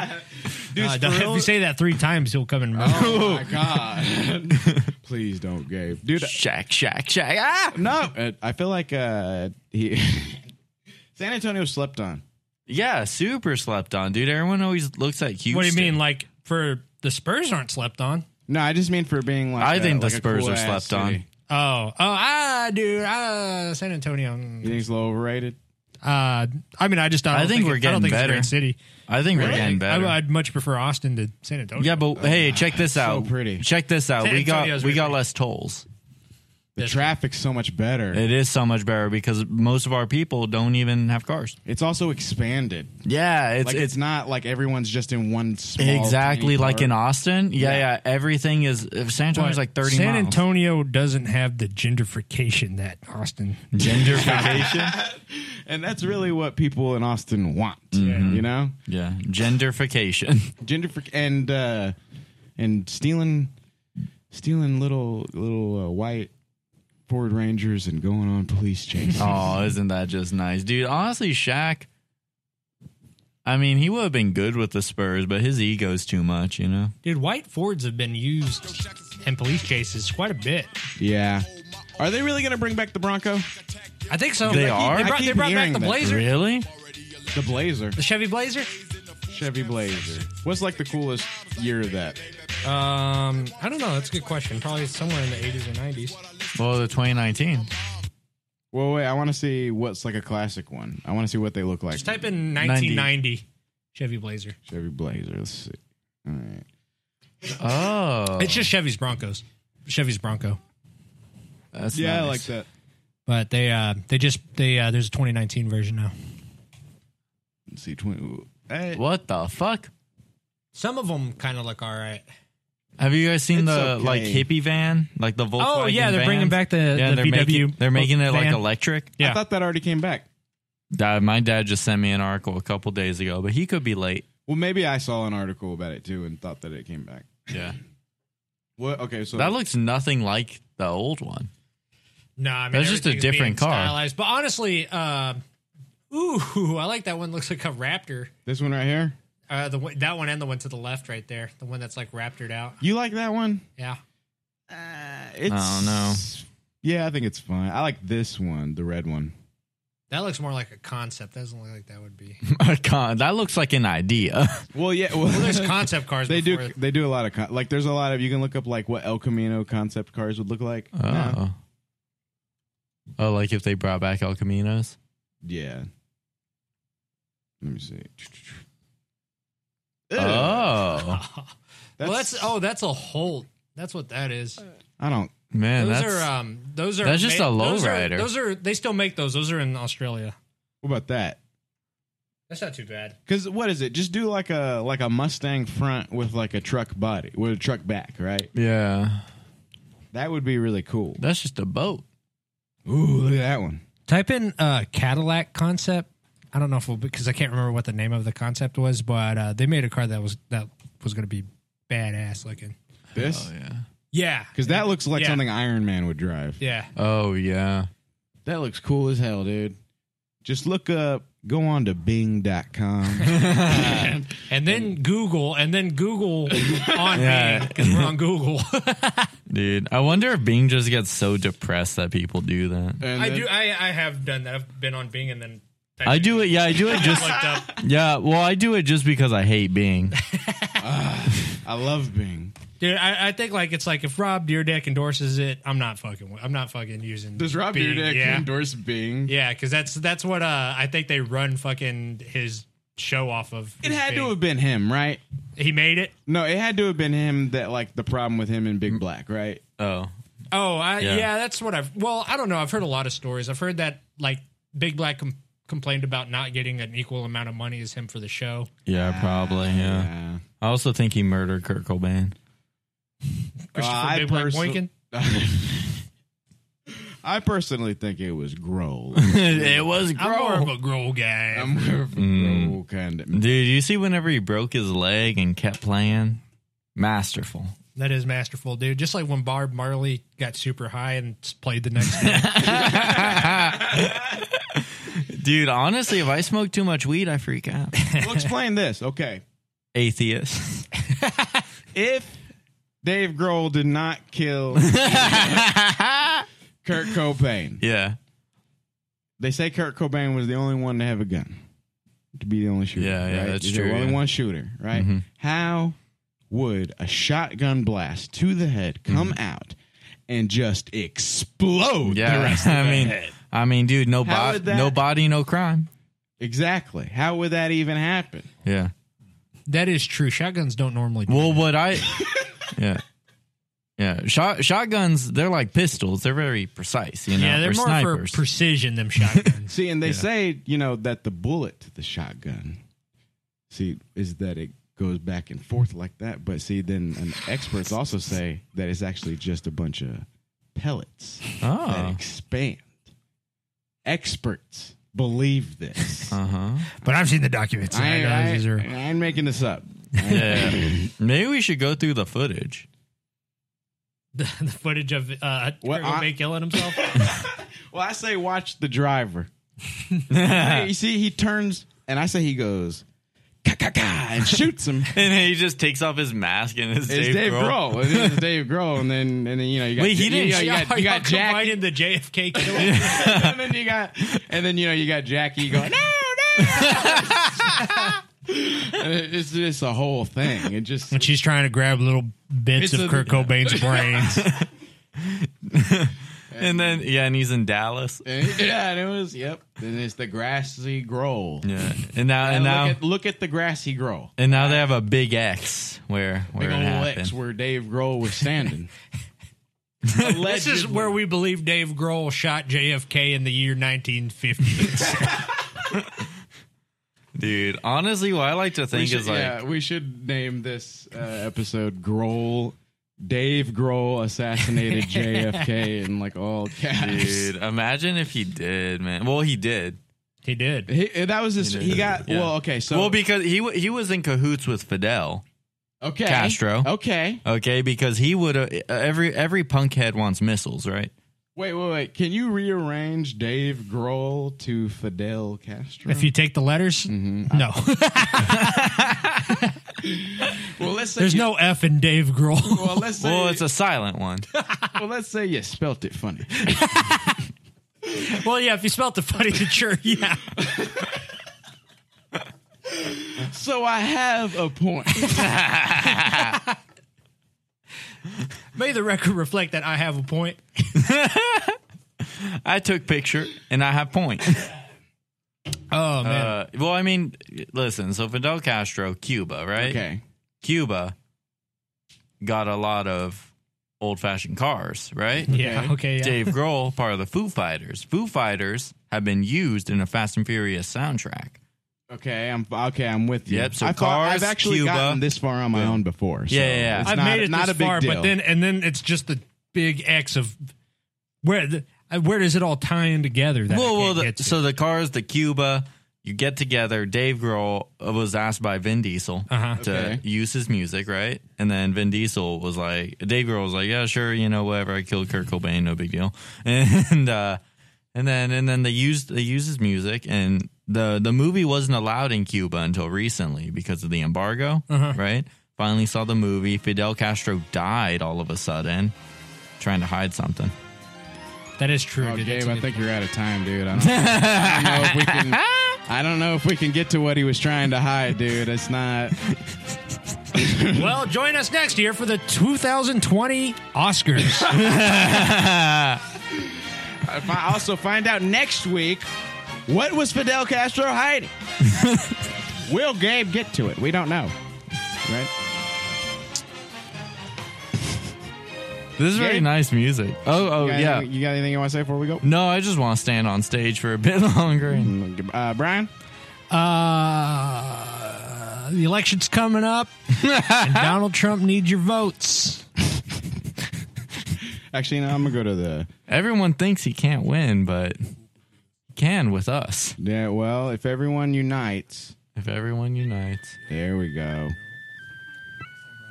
S5: dudes, for
S6: if
S5: real-
S6: you say that three times, he'll come and.
S5: oh my god! Please don't, Gabe. Dude,
S7: Shaq, Shaq, Shaq. Ah!
S5: no. Uh, I feel like uh, he San Antonio slept on.
S7: Yeah, super slept on, dude. Everyone always looks at Houston.
S6: what do you mean? Like for the Spurs aren't slept on?
S5: No, I just mean for being like.
S7: I
S5: a-
S7: think the
S5: like a
S7: Spurs are
S5: cool-ass
S7: slept on.
S5: city.
S6: Oh, oh, ah, dude, ah, San Antonio. mm.
S5: You think it's a little overrated?
S6: Uh, I mean, I just don't
S7: I think we're
S6: it- I don't
S7: getting
S6: think
S7: better.
S6: It's a great city.
S7: I think we're getting better.
S6: I, would much prefer Austin to San Antonio.
S7: yeah, but hey, check this out.
S5: pretty.
S7: Check this out.
S6: San
S7: We got
S6: Antonio's
S7: we got
S6: really-
S7: less tolls.
S5: The
S6: That's
S5: traffic's so much better.
S7: It is so much better because most of our people don't even have cars.
S5: it's also expanded.
S7: Yeah, it's
S5: Like it's,
S7: it's
S5: not like everyone's just in one small tiny
S7: exactly like in
S5: part.
S7: Austin. Yeah,
S5: Yeah.
S7: yeah. Everything is San Antonio's like thirty
S6: San
S7: miles.
S6: Antonio doesn't have the gentrification that Austin.
S7: Genderfication.
S5: and that's really what people in
S7: Mm-hmm.
S5: Austin want. You know,
S7: yeah, genderfication.
S5: gender and uh, and stealing stealing little little uh, white Ford Rangers and going on police chases.
S7: Oh, isn't that just nice, dude? Honestly, Shaq. I mean, he would have been good with the Spurs, but his ego's too much, you know.
S6: Dude, white Fords have been used in police cases quite a bit.
S5: Yeah. Are they really going to bring back the Bronco?
S6: I think so.
S5: They
S6: Like,
S5: are?
S6: They
S5: I
S6: brought, they
S5: keep
S6: brought back
S5: hearing
S6: the
S5: that.
S6: Blazer.
S7: Really?
S5: The Blazer.
S6: The Chevy Blazer?
S5: Chevy Blazer. What's like the coolest year of that?
S6: Um, I don't know. That's a good question. Probably somewhere in the 80s or 90s.
S7: Well, the 2019.
S5: Well, wait. I want to see what's like a classic one. I want to see what they look like.
S6: Just type in 1990 Chevy Blazer.
S5: Chevy Blazer. Let's see. All right.
S7: Oh.
S6: It's just Chevy's Broncos. Chevy's Bronco.
S7: That's
S5: Yeah, I nice. like that.
S6: But they uh they just they uh there's a 2019 version now.
S5: Let's see. 20,
S7: What the fuck?
S6: Some of them kind of look all right.
S7: Have you guys seen
S6: It's
S7: the
S6: okay.
S7: like hippie van, like the Volkswagen?
S6: Oh, yeah, they're bringing
S7: vans?
S6: back the-
S7: yeah,
S6: the
S7: they're
S6: VW
S7: Making, they're making it like
S6: van.
S7: electric.
S6: Yeah. I
S5: thought that already came back.
S7: Dad, my dad just sent me an article a couple days ago, but he could be late.
S5: Well, maybe I saw an article about it too and thought that it came back.
S7: Yeah.
S5: What? Okay, so
S7: that looks nothing like the old one.
S6: No, I mean
S7: That's just a
S6: everything's being
S7: different car.
S6: Stylized. But honestly, uh, ooh, I like that one. Looks like a Raptor.
S5: This one right here.
S6: Uh, the one- that one and the one to the left, right there, the one that's like Raptored out.
S5: You like that one?
S6: Yeah,
S5: It's,
S7: Oh, no.
S5: Yeah, I think it's fine. I like this one, the red one.
S6: that looks more like a concept. That doesn't look like that would be.
S7: A con- that looks like an idea.
S5: Well, yeah. Well,
S6: Well, there's concept cars.
S5: They do.
S6: before.
S5: They do a lot of con- like. There's a lot of you can look up like what El Camino concept cars would look like.
S7: Oh.
S5: Yeah.
S7: Oh, like if they brought back El Caminos?
S5: Yeah. Let me see.
S7: Oh.
S6: well, that's oh, that's a Holt. That's what that is.
S5: I don't.
S7: Man,
S6: those
S7: that's
S6: are um, those are
S7: that's just a
S6: those are-
S7: lowrider.
S6: Those are they still make those. Those are in Australia.
S5: What about that?
S6: That's not too bad.
S5: Because what is it? Just do like a like a Mustang front with like a truck body with a truck back, right?
S7: Yeah.
S5: That would be really cool.
S7: That's just a boat.
S5: Ooh, look at that one.
S6: Type in uh, Cadillac concept. I don't know if we'll, because I can't remember what the name of the concept was, but uh, they made a car that was that was going to be badass looking.
S5: This?
S7: yeah.
S6: Yeah,
S5: Because that looks like
S6: Yeah.
S5: something Iron Man would drive.
S6: yeah.
S7: Oh yeah.
S5: That looks cool as hell, dude. Just look up, go on to bing.com.
S6: And then Google, and then Google on
S7: Yeah.
S6: me because we're on Google.
S7: Dude, I wonder if Bing just gets so depressed that people do that.
S6: I do. I I have done that. I've been on Bing, and then typed
S7: I
S6: in-
S7: do it. Yeah, I do it just.
S6: looked up.
S7: yeah, well, I do it just because I hate Bing.
S5: I love Bing.
S6: Dude, I, I think like it's like if Rob Deerdeck endorses it, I'm not fucking. with- I'm not fucking using.
S5: Does Rob
S6: Bing,
S5: Dyrdek
S6: Yeah,
S5: endorse Bing?
S6: yeah, because that's that's what uh I think they run fucking his show off of.
S5: It
S6: is
S5: had
S6: Bing.
S5: to have been him, right?
S6: He made it.
S5: No, it had to have been him that like the problem with him and
S6: Mm.
S5: Big Black, right?
S7: Oh.
S6: Oh, I,
S7: Yeah.
S6: yeah. that's what I've. Well, I don't know. I've heard a lot of stories. I've heard that like Big Black com- complained about not getting an equal amount of money as him for the show.
S7: Yeah, probably. Yeah.
S5: Yeah.
S7: I also think he murdered Kurt Cobain.
S6: Christopher
S5: I
S6: Big Black
S5: perso-
S6: Boykin.
S5: I personally think it was Grohl.
S7: it was
S6: I'm more of
S7: gross.
S6: a grow guy.
S5: I'm more of a
S7: Mm.
S5: Grohl kind of.
S7: Dude, you see whenever he broke his leg and kept playing? Masterful.
S6: that is masterful, dude. Just like when Barb Marley got super high and s- played the next day.
S7: Dude, honestly, if I smoke too much weed, I freak out.
S5: Well, explain this, okay?
S7: Atheist.
S5: If Dave Grohl did not kill Kurt Cobain,
S7: Yeah.
S5: they say Kurt Cobain was the only one to have a gun, to be the only shooter.
S7: Yeah, yeah,
S5: right?
S7: that's
S5: He's
S7: true,
S5: The only
S7: yeah. Mm-hmm.
S5: one shooter, right? How would a shotgun blast to the head come out and just explode
S7: Mm-hmm. Yeah.
S5: the rest of
S7: I
S5: the
S7: mean,
S5: head?
S7: I mean, dude, no,
S5: How
S7: bo-
S5: would that-
S7: no body, no crime.
S5: Exactly. How would that even happen?
S7: Yeah.
S6: that is true. Shotguns don't normally. Do
S7: Well, what I, yeah, yeah, shot shotguns. They're like pistols. They're very precise. You know,
S6: yeah, they're
S7: or
S6: more
S7: snipers.
S6: for precision. Them shotguns.
S5: See, and they say, you know, that the bullet to the shotgun, see, is that it goes back and forth like that. But see, then and experts also say that it's actually just a bunch of pellets
S7: Oh.
S5: that expand. Experts. believe this. Uh
S7: Uh-huh.
S5: huh.
S6: But I've seen the documents.
S5: I,
S6: and I know
S5: I,
S6: these are-
S5: I ain't making this up.
S7: Yeah. Maybe we should go through the footage.
S6: the, the footage of uh, Turtle
S5: I-
S6: Bay killing himself.
S5: Well, I say watch the driver. Hey, you see, he turns, and I say he goes, ka and shoots him.
S7: And he just takes off his mask and it's,
S5: It's Dave, Grohl. It is Dave Grohl, and then and then you know you got
S7: Wait, he
S5: you
S7: didn't
S5: know, you got, you got Jack,
S6: in the JFK killer.
S5: and then you got and then you know you got Jackie going no no. And it- it's just a whole thing. It just
S6: When she's trying to grab little bits
S5: It's
S6: of
S5: a-
S6: Kurt Cobain's brains.
S7: And then yeah, and he's in Dallas.
S5: yeah, and it was yep. And it's the grassy Grohl.
S7: Yeah. And now
S5: And
S7: and
S5: look,
S7: now
S5: at, look at the grassy Grohl.
S7: and now they have a big X where where
S5: Big
S7: it
S5: old
S7: happened.
S5: X where Dave Grohl was standing.
S6: this is where we believe Dave Grohl shot JFK in the year 1950s.
S7: Dude, honestly, what I like to
S5: we
S7: think
S5: should,
S7: is like
S5: yeah, we should name this uh, episode Grohl. Dave Grohl assassinated JFK in like all caps.
S7: Dude, imagine if he did, man. Well, he did.
S6: He did.
S5: He, that was his.
S7: did.
S5: He got
S7: Yeah.
S5: well. Okay, so
S7: well because he w- he was in cahoots with Fidel
S5: okay,
S7: Castro.
S5: Okay,
S7: Okay, because he would have every every punk head wants missiles, right?
S5: wait, wait, wait. Can you rearrange Dave Grohl to Fidel Castro?
S6: if you take the letters,
S5: Mm-hmm.
S6: no.
S5: well, let's say
S6: There's
S5: you-
S6: no F in Dave Grohl.
S5: Well, let's say
S7: Well, it's a silent one.
S5: well, let's say you spelt it funny.
S6: well, yeah, if you spelt the funny, then sure, yeah.
S5: So I have a point.
S6: May the record reflect that I have a point.
S7: I took picture and I have point.
S6: Oh, man.
S7: Uh, well, I mean, listen. So Fidel Castro, Cuba, right?
S5: Okay.
S7: Cuba got a lot of old fashioned cars, right?
S6: Yeah, okay, yeah.
S7: Dave Grohl, part of the Foo Fighters. Foo Fighters have been used in a Fast and Furious soundtrack.
S5: Okay, I'm okay. I'm with you.
S7: Yep, so
S5: I thought- I've
S7: cars,
S5: actually
S7: Cuba.
S5: gotten this far on my
S7: Yeah.
S5: own before. So
S7: Yeah, yeah, yeah.
S5: it's
S6: I've
S5: not,
S6: made it
S5: not
S6: this
S5: a big
S6: far,
S5: deal.
S6: but then and then it's just the big X of where the, uh, where does it all tie in together? That I
S7: well, well
S6: can't
S7: the-
S6: get to?
S7: so the cars, the Cuba, you get together. Dave Grohl was asked by Vin Diesel
S6: Uh-huh.
S7: to
S6: Okay.
S7: use his music, right? And then Vin Diesel was like, Dave Grohl was like, yeah, sure, you know, whatever. I killed Kurt Cobain, no big deal. And uh, and then and then they used they used his music, and the the movie wasn't allowed in Cuba until recently because of the embargo,
S6: Uh-huh.
S7: right? Finally saw the movie. Fidel Castro died all of a sudden, trying to hide something.
S6: that is true.
S5: Oh,
S6: dude. That's
S5: Gabe,
S6: a
S5: I
S6: good-
S5: think you're out of time, dude. I don't, I don't know if we can. I don't know if we can get to what he was trying to hide, dude. It's not.
S6: well, join us next year for the 2020 Oscars.
S5: If I also find out next week what was Fidel Castro hiding. Will Gabe get to it? We don't know. Right?
S7: This is very
S5: Yeah.
S7: nice music. Oh, oh
S5: You got
S7: yeah.
S5: anything- you got anything you want to say before we go?
S7: No, I just want to stand on stage for a bit longer. And
S5: Uh, Brian?
S6: uh, the election's coming up, and Donald Trump needs your votes.
S5: Actually, no, I'm going to go to the.
S7: everyone thinks he can't win, but he can with us
S5: Yeah, well, if everyone unites.
S7: if everyone unites.
S5: There we go.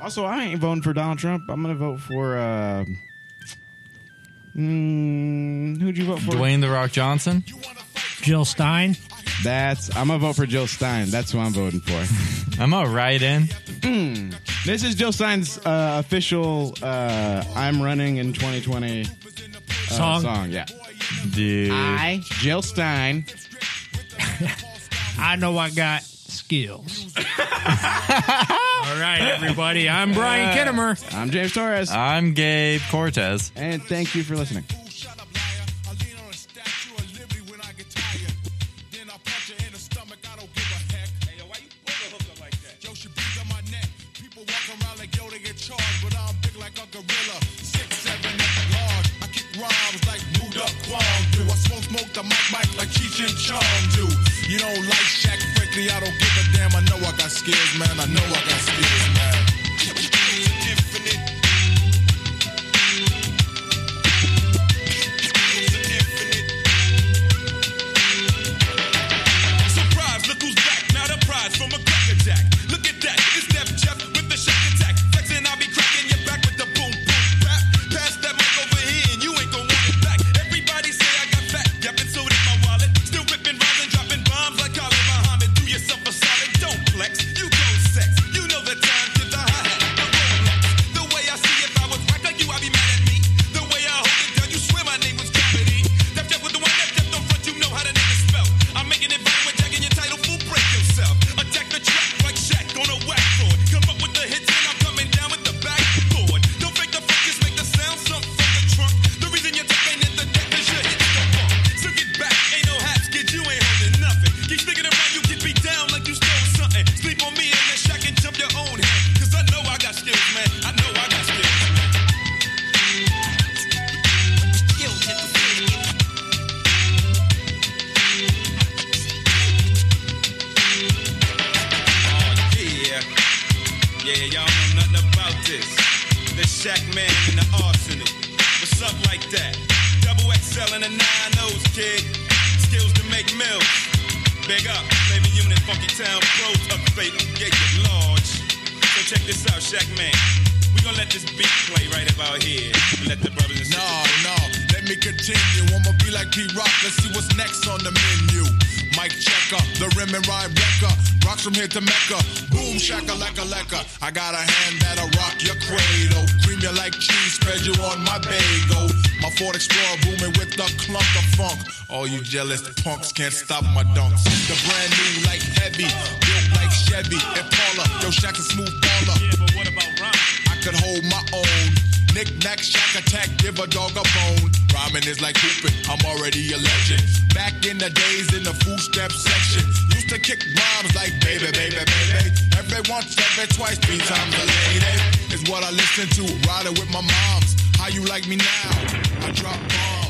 S5: Also, I ain't voting for Donald Trump. I'm going to vote for. Uh, mm, who'd you vote for?
S7: Dwayne the Rock Johnson.
S6: Jill Stein.
S5: That's. I'm going to vote for Jill Stein. That's who I'm voting for.
S7: I'm all right in.
S5: This is Jill Stein's uh, official uh, "I'm Running in 2020" uh,
S6: Song?
S5: Song, yeah.
S7: Dude.
S5: I, Jill Stein,
S6: I know I got skills. All right, everybody. I'm Brian Kinnemer.
S5: I'm James Torres,
S7: I'm Gabe Cortez.
S5: and thank you for listening.
S10: Then I punch her in the stomach, I don't give a heck. Hey, yo, why you pull the hooker like that? Yo, she breathes on my neck. People walk around like, yo, they get charged, but I'm big like a gorilla. Six, seven, at large. I kick rhymes like Boot Up Kwong do. I smoke, smoke the mic, mic like Cheech and Chong do. You don't like Shaq, frankly, I don't give a damn. I know I got skills, man. I know I got skills, man. Infinite. Infinite. Shack man in the arsenal. What's up like that? Double XL and a nine O's kid. Skills to make mills. Big up, flavor unit, funky town pros up fate, get it large. So check this out, Shack man. We gonna let this beat play right about here. And let the brothers and sisters.
S15: No, no, let me continue. I'ma be like P Rock. Let's see what's next on the menu. Mike checker, the rim and ride wrecker. Rocks from here to Mecca. Boom, shaka, leka, leka. I got a hand that'll rock your cradle. Cream you like cheese, spread you on my bagel. My Ford Explorer booming with the clunk of funk. All you jealous punks can't stop my dunks. The brand new, like heavy, built like Chevy. Impala, yo, Shaq's a smooth baller. Yeah, but what about I could hold my own. Knick knack, shack attack, give a dog a bone. Rhyming is like hooping, I'm already a legend. Back in the days in the food step section, used to kick rhymes like baby, baby, baby. Every once, every twice, three times a lady is what I listen to. Riding with my moms, how you like me now? I drop bombs.